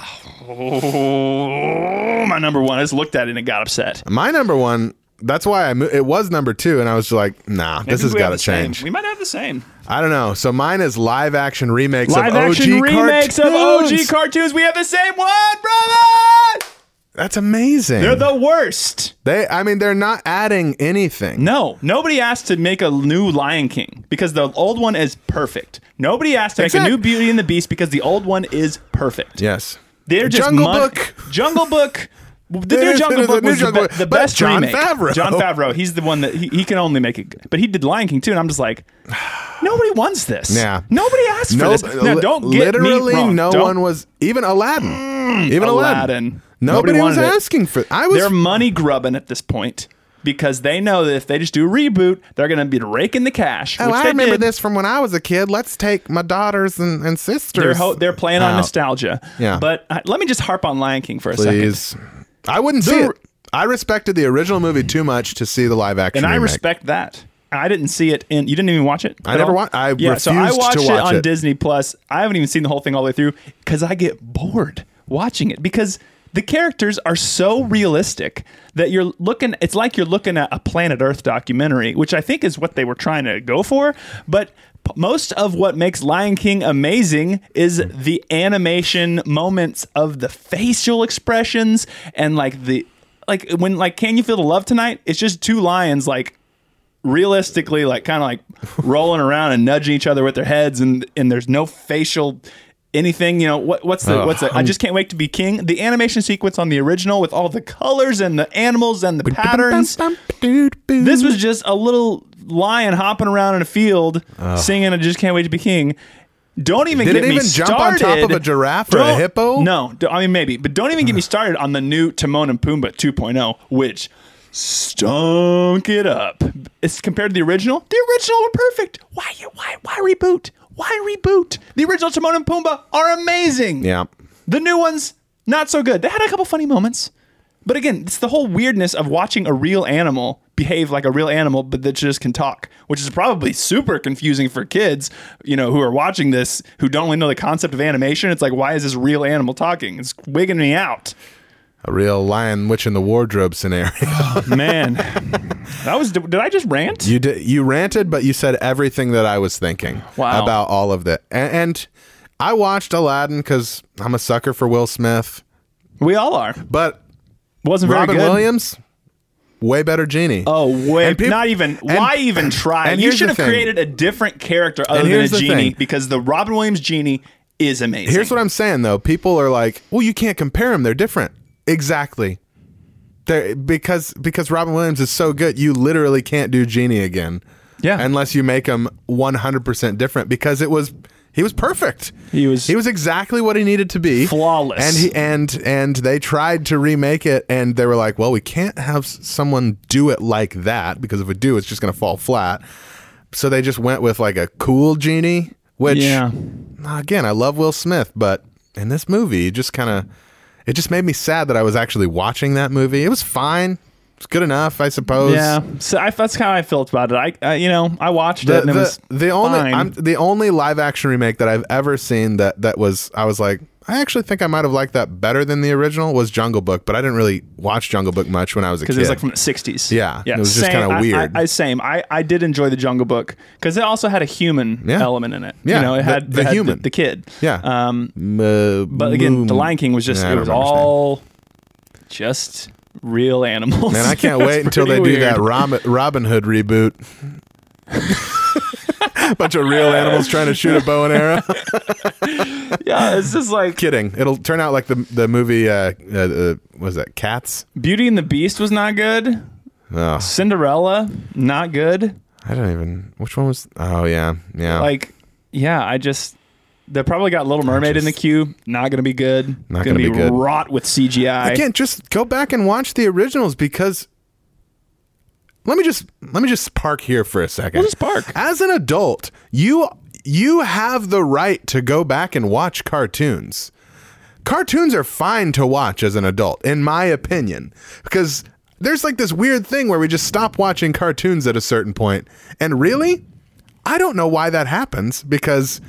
[SPEAKER 2] oh, my number one. I just looked at it and it got upset.
[SPEAKER 1] my number one. That's why I mo- it was number two, and I was like, nah, this
[SPEAKER 2] Maybe
[SPEAKER 1] has
[SPEAKER 2] we have
[SPEAKER 1] got to
[SPEAKER 2] the same.
[SPEAKER 1] change.
[SPEAKER 2] We might have the same.
[SPEAKER 1] I don't know. So mine is live action remakes of
[SPEAKER 2] Live
[SPEAKER 1] OG
[SPEAKER 2] action remakes of OG
[SPEAKER 1] cartoons.
[SPEAKER 2] cartoons. We have the same one, brother.
[SPEAKER 1] That's amazing.
[SPEAKER 2] They're the worst.
[SPEAKER 1] they, I mean, they're not adding anything.
[SPEAKER 2] No, nobody asked to make a new Lion King because the old one is perfect. Nobody asked to make
[SPEAKER 1] Exact-
[SPEAKER 2] a new Beauty and the Beast because the old one is perfect.
[SPEAKER 1] Yes.
[SPEAKER 2] They're just
[SPEAKER 1] Jungle
[SPEAKER 2] mon-
[SPEAKER 1] Book.
[SPEAKER 2] Jungle Book. The
[SPEAKER 1] They're
[SPEAKER 2] new Jungle
[SPEAKER 1] the
[SPEAKER 2] Book
[SPEAKER 1] new
[SPEAKER 2] was the,
[SPEAKER 1] Jungle
[SPEAKER 2] be-
[SPEAKER 1] Book,
[SPEAKER 2] the
[SPEAKER 1] but
[SPEAKER 2] best
[SPEAKER 1] Jon
[SPEAKER 2] remake.
[SPEAKER 1] Favreau.
[SPEAKER 2] John Favreau. He's the one that he, he can only make it. good. But he did Lion King too, and I'm just like, nobody wants this.
[SPEAKER 1] Yeah.
[SPEAKER 2] Nobody asked for this.
[SPEAKER 1] Nope.
[SPEAKER 2] Now,
[SPEAKER 1] Li-
[SPEAKER 2] don't get
[SPEAKER 1] literally
[SPEAKER 2] me wrong.
[SPEAKER 1] no
[SPEAKER 2] Don't- Mm,
[SPEAKER 1] one was even Aladdin. even
[SPEAKER 2] Aladdin.
[SPEAKER 1] Aladdin. Nobody,
[SPEAKER 2] Nobody
[SPEAKER 1] was
[SPEAKER 2] wanted it.
[SPEAKER 1] asking for. I was
[SPEAKER 2] They're money grubbing at this point because they know that if they just do a reboot, they're going to be raking the cash.
[SPEAKER 1] Oh,
[SPEAKER 2] which
[SPEAKER 1] I
[SPEAKER 2] they
[SPEAKER 1] remember
[SPEAKER 2] did.
[SPEAKER 1] this from when I was a kid. Let's take my daughters and, and sisters.
[SPEAKER 2] They're, ho- they're playing on
[SPEAKER 1] out.
[SPEAKER 2] nostalgia.
[SPEAKER 1] Oh. Yeah.
[SPEAKER 2] But uh, let me just harp on Lion King for a second.
[SPEAKER 1] Please. I wouldn't see
[SPEAKER 2] They're-
[SPEAKER 1] it. I respected the original movie too much to see the live action.
[SPEAKER 2] And I
[SPEAKER 1] remake.
[SPEAKER 2] respect that. I didn't see it in. You didn't even watch it.
[SPEAKER 1] I
[SPEAKER 2] at
[SPEAKER 1] never
[SPEAKER 2] all?
[SPEAKER 1] wa- I
[SPEAKER 2] yeah. so I
[SPEAKER 1] refused to
[SPEAKER 2] watched it
[SPEAKER 1] watch
[SPEAKER 2] on
[SPEAKER 1] it.
[SPEAKER 2] Disney Plus. I haven't even seen the whole thing all the way through because I get bored watching it because the characters are so realistic that you're looking. It's like you're looking at a Planet Earth documentary, which I think is what they were trying to go for. But p- most of what makes Lion King amazing is the animation moments of the facial expressions and like the like when like can you feel the love tonight? It's just two lions like realistically like kind of like rolling around and nudging each other with their heads and and there's no facial anything you know what what's the what's the i just can't wait to be king the animation sequence on the original with all the colors and the animals and the patterns this was just a little lion hopping around in a field singing i just can't wait to be king don't even
[SPEAKER 1] Did
[SPEAKER 2] get
[SPEAKER 1] it
[SPEAKER 2] me
[SPEAKER 1] even
[SPEAKER 2] started.
[SPEAKER 1] jump on top of a giraffe or a
[SPEAKER 2] Don't-
[SPEAKER 1] hippo?
[SPEAKER 2] No, d- I mean maybe, but don't even get me started on the new Timon and Pumbaa 2.0, which stunk it up. It's compared to the original. The original were perfect. Why? Why? Why reboot? Why reboot? The original Timon and Pumbaa are amazing.
[SPEAKER 1] Yeah.
[SPEAKER 2] The new ones, not so good. They had a couple funny moments. But again, it's the whole weirdness of watching a real animal behave like a real animal, but that just can talk, which is probably super confusing for kids, you know, who are watching this, who don't really know the concept of animation. It's like, why is this real animal talking? It's wigging me out.
[SPEAKER 1] A real lion witch in the wardrobe scenario.
[SPEAKER 2] Man, that was, did I just rant?
[SPEAKER 1] you did, you ranted, but you said everything that I was thinking
[SPEAKER 2] Wow.
[SPEAKER 1] about all of that. And, and I watched Aladdin because I'm a sucker for Will Smith,
[SPEAKER 2] We all are.
[SPEAKER 1] but
[SPEAKER 2] Wasn't very
[SPEAKER 1] Robin
[SPEAKER 2] good.
[SPEAKER 1] Williams, way better genie.
[SPEAKER 2] Oh wait!
[SPEAKER 1] And peop-
[SPEAKER 2] not even.
[SPEAKER 1] and-
[SPEAKER 2] why even try?
[SPEAKER 1] and
[SPEAKER 2] You
[SPEAKER 1] here's
[SPEAKER 2] should
[SPEAKER 1] the
[SPEAKER 2] have
[SPEAKER 1] thing.
[SPEAKER 2] created a different character other
[SPEAKER 1] And
[SPEAKER 2] than a
[SPEAKER 1] here's the
[SPEAKER 2] genie
[SPEAKER 1] thing.
[SPEAKER 2] because the Robin Williams genie is amazing.
[SPEAKER 1] Here's what I'm saying though. People are like, "Well, you can't compare them. They're different." Exactly. They're, because because Robin Williams is so good, you literally can't do Genie again.
[SPEAKER 2] Yeah.
[SPEAKER 1] Unless you make him 100% different because it was he was perfect.
[SPEAKER 2] He was-
[SPEAKER 1] he was exactly what he needed to be.
[SPEAKER 2] Flawless.
[SPEAKER 1] And he and and they tried to remake it and they were like, "Well, we can't have s- someone do it like that because if we do, it's just going to fall flat." So they just went with like a cool Genie, which
[SPEAKER 2] Yeah.
[SPEAKER 1] again, I love Will Smith, but in this movie, it just kind of it just made me sad that I was actually watching that movie. It was fine. It's good enough, I suppose.
[SPEAKER 2] Yeah, so I, that's how I felt about it. I, I you know, I watched it
[SPEAKER 1] The,
[SPEAKER 2] and it was
[SPEAKER 1] the, the only
[SPEAKER 2] fine.
[SPEAKER 1] I'm, the only live action remake that I've ever seen that that was I was like I actually think I might have liked that better than the original was Jungle Book, but I didn't really watch Jungle Book much when I was a kid.
[SPEAKER 2] because it was like from the '60s.
[SPEAKER 1] Yeah,
[SPEAKER 2] yeah,
[SPEAKER 1] it was just
[SPEAKER 2] same.
[SPEAKER 1] kinda
[SPEAKER 2] I- I-
[SPEAKER 1] weird.
[SPEAKER 2] I, same. I, I did enjoy the Jungle Book because it also had a human
[SPEAKER 1] Yeah.
[SPEAKER 2] element in it.
[SPEAKER 1] Yeah,
[SPEAKER 2] you know, it
[SPEAKER 1] the-
[SPEAKER 2] had
[SPEAKER 1] the
[SPEAKER 2] it had
[SPEAKER 1] human.
[SPEAKER 2] the, kid.
[SPEAKER 1] yeah.
[SPEAKER 2] Um,
[SPEAKER 1] M- uh,
[SPEAKER 2] but again, The
[SPEAKER 1] Moon.
[SPEAKER 2] Lion King was just
[SPEAKER 1] Yeah, I
[SPEAKER 2] it
[SPEAKER 1] don't
[SPEAKER 2] was
[SPEAKER 1] remember his name.
[SPEAKER 2] all just real animals.
[SPEAKER 1] Man, I can't
[SPEAKER 2] It was
[SPEAKER 1] wait until they
[SPEAKER 2] pretty
[SPEAKER 1] do that
[SPEAKER 2] weird.
[SPEAKER 1] Robin, Robin Hood reboot. Bunch of real animals trying to shoot a bow and arrow.
[SPEAKER 2] Yeah, it's just like
[SPEAKER 1] Kidding. It'll turn out like the the movie. Uh, uh, uh, what was that Cats?
[SPEAKER 2] Beauty and the Beast was not good.
[SPEAKER 1] Oh,
[SPEAKER 2] Cinderella, not good.
[SPEAKER 1] I don't even. Which one was? Oh yeah, yeah.
[SPEAKER 2] like yeah i just they probably got little mermaid in the queue not gonna be good
[SPEAKER 1] Not gonna be good.
[SPEAKER 2] wrought with cgi
[SPEAKER 1] again, just go back and watch the originals because. Let me just let me just park here for a 2nd
[SPEAKER 2] just park.
[SPEAKER 1] As an adult, you you have the right to go back and watch cartoons. cartoons are fine to watch as an adult, in my opinion, because there's like this weird thing where we just stop watching cartoons at a certain point. And really, I don't know why that happens because,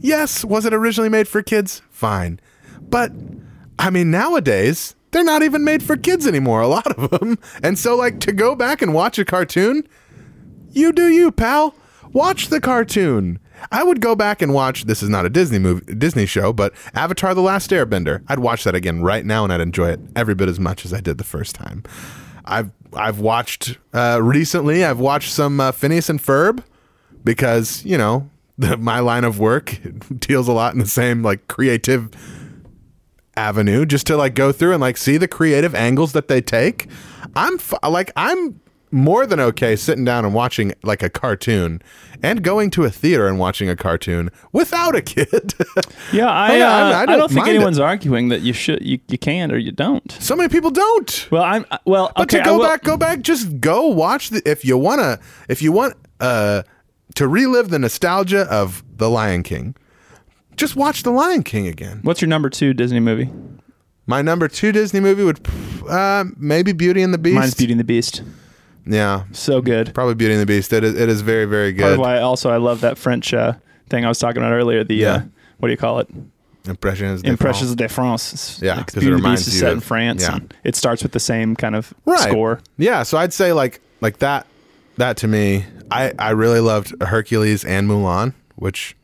[SPEAKER 1] yes, was it originally made for kids? Fine. But, I mean, nowadays, they're not even made for kids anymore, a lot of them. And so, like, to go back and watch a cartoon, you do you, pal. Watch the cartoon. I would go back and watch. This is not a Disney movie, Disney show, but Avatar: The Last Airbender. I'd watch that again right now, and I'd enjoy it every bit as much as I did the first time. I've I've watched uh, recently. I've watched some uh, Phineas and Ferb because you know the, my line of work deals a lot in the same like creative avenue just to like go through and like see the creative angles that they take i'm f- like i'm more than okay sitting down and watching like a cartoon and going to a theater and watching a cartoon without a kid
[SPEAKER 2] Yeah, I,
[SPEAKER 1] Oh, yeah,
[SPEAKER 2] uh,
[SPEAKER 1] I- I
[SPEAKER 2] I, don't,
[SPEAKER 1] don't
[SPEAKER 2] think
[SPEAKER 1] mind it.
[SPEAKER 2] anyone's arguing that you should, you, you can or you don't.
[SPEAKER 1] so many people don't
[SPEAKER 2] Well, I'm uh, well.
[SPEAKER 1] but
[SPEAKER 2] okay,
[SPEAKER 1] to
[SPEAKER 2] I
[SPEAKER 1] go
[SPEAKER 2] will-
[SPEAKER 1] back go back just go watch the if you want to if you want uh to relive the nostalgia of the lion king just watch the lion king again
[SPEAKER 2] What's your number two Disney movie?
[SPEAKER 1] my number two disney movie would uh maybe beauty and the beast
[SPEAKER 2] Mine's Beauty and the Beast.
[SPEAKER 1] yeah
[SPEAKER 2] So good.
[SPEAKER 1] Probably Beauty and the Beast. It is, it is very, very
[SPEAKER 2] Part
[SPEAKER 1] Mm-hmm. good.
[SPEAKER 2] of why also I love that French uh, thing I was talking about earlier. The
[SPEAKER 1] Yeah.
[SPEAKER 2] uh, what do you call it?
[SPEAKER 1] Impressions. de
[SPEAKER 2] Impressions
[SPEAKER 1] France.
[SPEAKER 2] de France. It's
[SPEAKER 1] Yeah,
[SPEAKER 2] like
[SPEAKER 1] 'cause it
[SPEAKER 2] Beauty and the
[SPEAKER 1] reminds
[SPEAKER 2] Beast
[SPEAKER 1] you
[SPEAKER 2] is set
[SPEAKER 1] of-
[SPEAKER 2] in France.
[SPEAKER 1] yeah.
[SPEAKER 2] and it starts with the same kind of
[SPEAKER 1] Right.
[SPEAKER 2] score.
[SPEAKER 1] Yeah. So I'd say like like that that to me. I I really loved Hercules and Mulan, which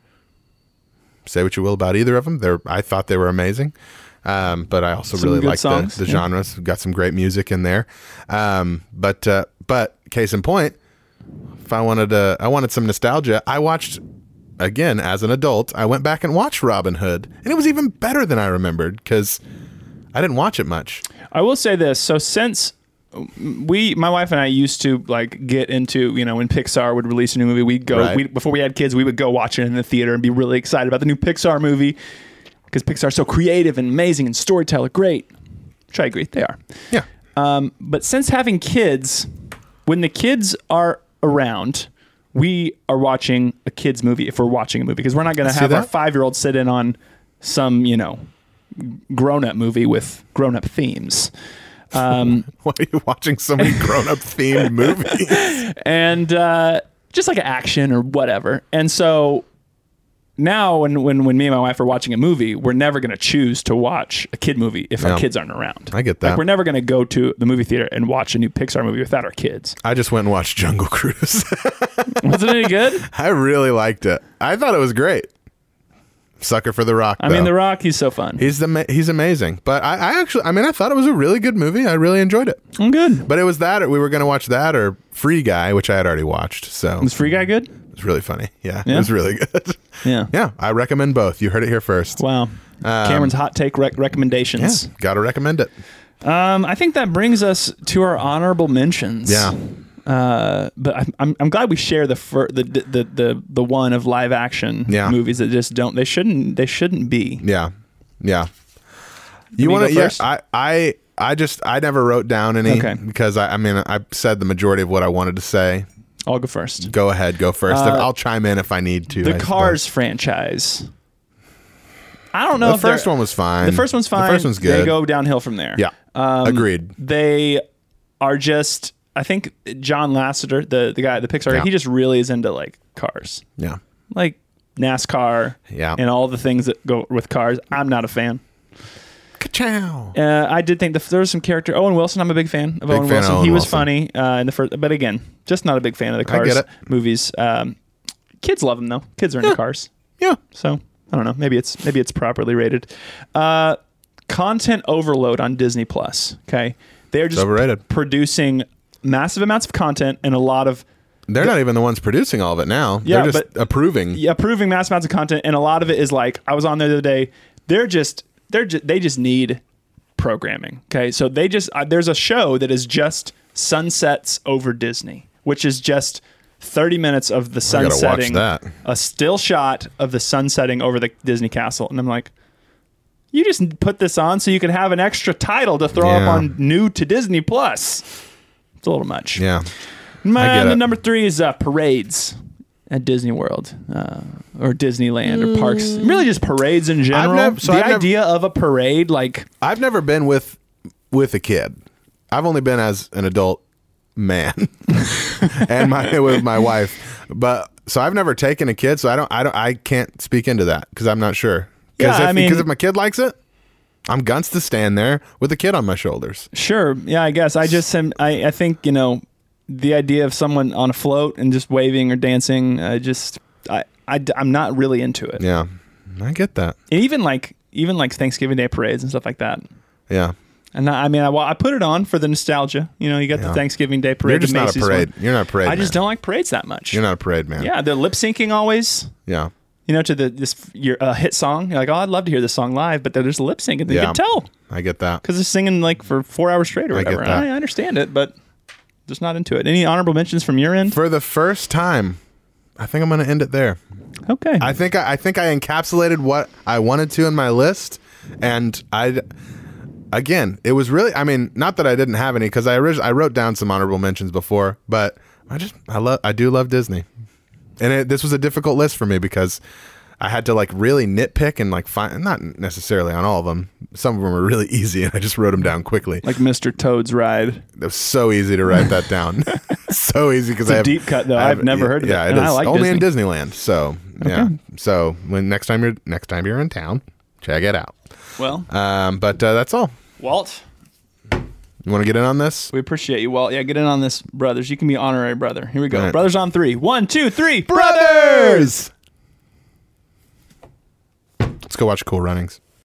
[SPEAKER 1] say what you will about either of them. They're I thought they were amazing. Um, but I also
[SPEAKER 2] Some
[SPEAKER 1] really
[SPEAKER 2] good
[SPEAKER 1] like the,
[SPEAKER 2] songs,
[SPEAKER 1] the
[SPEAKER 2] yeah.
[SPEAKER 1] genres. Got some great music in there. Um, but uh, but case in point, if I wanted to, I wanted some nostalgia. I watched again as an adult. I went back and watched Robin Hood, and it was even better than I remembered because I didn't watch it much.
[SPEAKER 2] I will say this. So since we, my wife and I used to like get into, you know, when Pixar would release a new movie, we'd go,
[SPEAKER 1] Right.
[SPEAKER 2] we, before we had kids, we would go watch it in the theater and be really excited about the new Pixar movie because Pixar's so creative and amazing and storyteller great. Which I agree, they are.
[SPEAKER 1] Yeah,
[SPEAKER 2] Um, but since having kids, when the kids are around, we are watching a kids movie if we're watching a movie because we're not going to
[SPEAKER 1] See
[SPEAKER 2] have our
[SPEAKER 1] that?
[SPEAKER 2] five year old sit in on some you know grown up movie with grown up themes. Um,
[SPEAKER 1] why are you watching so many grown up themed movies?
[SPEAKER 2] and uh, just like action or whatever. And so now, when, when when me and my wife are watching a movie, we're never going to choose to watch a kid movie if
[SPEAKER 1] Yeah.
[SPEAKER 2] our kids aren't around.
[SPEAKER 1] I get that.
[SPEAKER 2] Like we're never going to go to the movie theater and watch a new Pixar movie without our kids.
[SPEAKER 1] I just went and watched Jungle Cruise.
[SPEAKER 2] Was it any good?
[SPEAKER 1] I really liked it. I thought it was great. Sucker for the Rock.
[SPEAKER 2] I mean, The Rock, he's so fun.
[SPEAKER 1] He's the ma- he's amazing, but I, I actually I mean I thought it was a really good movie. I really enjoyed it,
[SPEAKER 2] I'm good.
[SPEAKER 1] but it was that or we were going to watch that or Free Guy, which I had already watched. So
[SPEAKER 2] Was Free Guy good?
[SPEAKER 1] It's really funny. Yeah, it
[SPEAKER 2] Yeah?
[SPEAKER 1] was really good.
[SPEAKER 2] Yeah.
[SPEAKER 1] yeah, I recommend both. You heard it here first.
[SPEAKER 2] Wow. Cameron's hot take rec-
[SPEAKER 1] Yeah,
[SPEAKER 2] recommendations.
[SPEAKER 1] gotta recommend it.
[SPEAKER 2] Um, I think that brings us to our honorable mentions.
[SPEAKER 1] Yeah.
[SPEAKER 2] Uh, but I'm, I'm, I'm glad we share the, fir- the the the the one of live action
[SPEAKER 1] Yeah.
[SPEAKER 2] movies that just don't they shouldn't they shouldn't be.
[SPEAKER 1] Yeah, yeah. You
[SPEAKER 2] me
[SPEAKER 1] want to?
[SPEAKER 2] go
[SPEAKER 1] Yes,
[SPEAKER 2] first?
[SPEAKER 1] I, I, I just I never wrote down any
[SPEAKER 2] Okay.
[SPEAKER 1] because I, I mean I said the majority of what I wanted to say.
[SPEAKER 2] I'll go first.
[SPEAKER 1] Go ahead, go first.
[SPEAKER 2] Uh,
[SPEAKER 1] I'll chime in if I need to. I
[SPEAKER 2] The
[SPEAKER 1] suppose.
[SPEAKER 2] Cars franchise. I don't know.
[SPEAKER 1] The
[SPEAKER 2] if they're-
[SPEAKER 1] first one was fine.
[SPEAKER 2] The first one's fine.
[SPEAKER 1] The first one's good.
[SPEAKER 2] They go downhill from there.
[SPEAKER 1] Yeah.
[SPEAKER 2] Um,
[SPEAKER 1] Agreed.
[SPEAKER 2] They are just. I think John Lasseter, the the guy, the Pixar,
[SPEAKER 1] Yeah.
[SPEAKER 2] guy, he just really is into like cars,
[SPEAKER 1] Yeah.
[SPEAKER 2] like NASCAR,
[SPEAKER 1] Yeah.
[SPEAKER 2] and all the things that go with cars. I'm not a fan.
[SPEAKER 1] Ka-chow.
[SPEAKER 2] Uh, I did think the, there was some character Owen Wilson. I'm a big fan of
[SPEAKER 1] fan
[SPEAKER 2] Owen
[SPEAKER 1] of
[SPEAKER 2] Wilson.
[SPEAKER 1] Owen
[SPEAKER 2] he was
[SPEAKER 1] Wilson.
[SPEAKER 2] funny uh, in the first, but again, just not a big fan of the
[SPEAKER 1] I
[SPEAKER 2] Cars
[SPEAKER 1] get it.
[SPEAKER 2] movies. Um, kids love them though. Kids are into
[SPEAKER 1] Yeah.
[SPEAKER 2] Cars,
[SPEAKER 1] Yeah.
[SPEAKER 2] so I don't know. Maybe it's maybe it's properly rated. Uh, content overload on Disney Plus. Okay, they're
[SPEAKER 1] It's
[SPEAKER 2] just
[SPEAKER 1] overrated.
[SPEAKER 2] producing massive amounts of content and a lot of
[SPEAKER 1] They're not even the ones producing all of it now.
[SPEAKER 2] Yeah,
[SPEAKER 1] They're just
[SPEAKER 2] but-
[SPEAKER 1] approving.
[SPEAKER 2] yeah, approving mass amounts of content, and a lot of it is like I was on there the other day. They're just they're just, they just need programming. Okay, so they just uh, there's a show that is just sunsets over Disney, which is just thirty minutes of
[SPEAKER 1] gotta
[SPEAKER 2] the sun
[SPEAKER 1] watch
[SPEAKER 2] setting,
[SPEAKER 1] that.
[SPEAKER 2] a still shot of the sun setting over the Disney castle, and I'm like. You just put this on so you can have an extra title to throw up
[SPEAKER 1] Yeah.
[SPEAKER 2] on new to Disney Plus. It's a little much.
[SPEAKER 1] yeah. I get
[SPEAKER 2] Man,
[SPEAKER 1] it.
[SPEAKER 2] the number three is uh, parades at Disney World uh, or Disneyland or parks. Really, just parades in general.
[SPEAKER 1] nev- so
[SPEAKER 2] the
[SPEAKER 1] I've nev-
[SPEAKER 2] idea of a parade, like
[SPEAKER 1] I've never been with with a kid. I've only been as an adult man and my with my wife. But So I've never taken a kid, so I don't, I don't, I can't speak into that because I'm not sure. Because
[SPEAKER 2] Yeah,
[SPEAKER 1] if,
[SPEAKER 2] I mean-
[SPEAKER 1] because if my kid likes it, I'm guns to stand there with a kid on my shoulders.
[SPEAKER 2] Sure. Yeah, I guess I just am. I, I think you know the idea of someone on a float and just waving or dancing. I just I, I am not really into it.
[SPEAKER 1] Yeah, I get that.
[SPEAKER 2] And even like even like Thanksgiving Day parades and stuff like that.
[SPEAKER 1] Yeah,
[SPEAKER 2] And I, I mean, I, wa- I put it on for the nostalgia. You know, you got
[SPEAKER 1] Yeah.
[SPEAKER 2] the Thanksgiving Day parade.
[SPEAKER 1] you're just
[SPEAKER 2] the
[SPEAKER 1] not a
[SPEAKER 2] Macy's one.
[SPEAKER 1] parade. You're not a parade.
[SPEAKER 2] I just
[SPEAKER 1] man.
[SPEAKER 2] don't like parades that much.
[SPEAKER 1] You're not a parade man.
[SPEAKER 2] yeah, they're lip syncing always.
[SPEAKER 1] yeah.
[SPEAKER 2] You know, to the this your uh, hit song. You're like, oh, I'd love to hear this song live, but they're just lip syncing. You
[SPEAKER 1] Yeah.
[SPEAKER 2] can tell
[SPEAKER 1] I get that.
[SPEAKER 2] because they're singing like for four hours straight or
[SPEAKER 1] I get
[SPEAKER 2] whatever.
[SPEAKER 1] that.
[SPEAKER 2] I, I understand it, but just not into it. Any honorable mentions from your end?
[SPEAKER 1] For the first time, I think I'm going to end it there.
[SPEAKER 2] Okay.
[SPEAKER 1] I think I, I think I encapsulated what I wanted to in my list, and I, again, it was really. I mean, not that I didn't have any because I orig- I wrote down some honorable mentions before, but I just I love I do love Disney, and it, this was a difficult list for me because I had to like really nitpick and like find not necessarily on all of them. Some of them were really easy, and I just wrote them down quickly.
[SPEAKER 2] like Mr. Toad's ride.
[SPEAKER 1] It was so easy to write that down. so easy because I have
[SPEAKER 2] deep cut, though. I've
[SPEAKER 1] have-
[SPEAKER 2] never heard of
[SPEAKER 1] yeah,
[SPEAKER 2] it, and I like
[SPEAKER 1] only in Disneyland. So yeah.
[SPEAKER 2] Okay.
[SPEAKER 1] So when next time you're next time you're in town, check it out.
[SPEAKER 2] Well,
[SPEAKER 1] Um, but uh, that's all.
[SPEAKER 2] Walt,
[SPEAKER 1] You want to get in on this?
[SPEAKER 2] we appreciate you, Walt. Yeah, get in on this, brothers. You can be honorary brother. Here we go.
[SPEAKER 1] All right.
[SPEAKER 2] Brothers on three. One, two, three.
[SPEAKER 1] Brothers. Let's go watch Cool Runnings.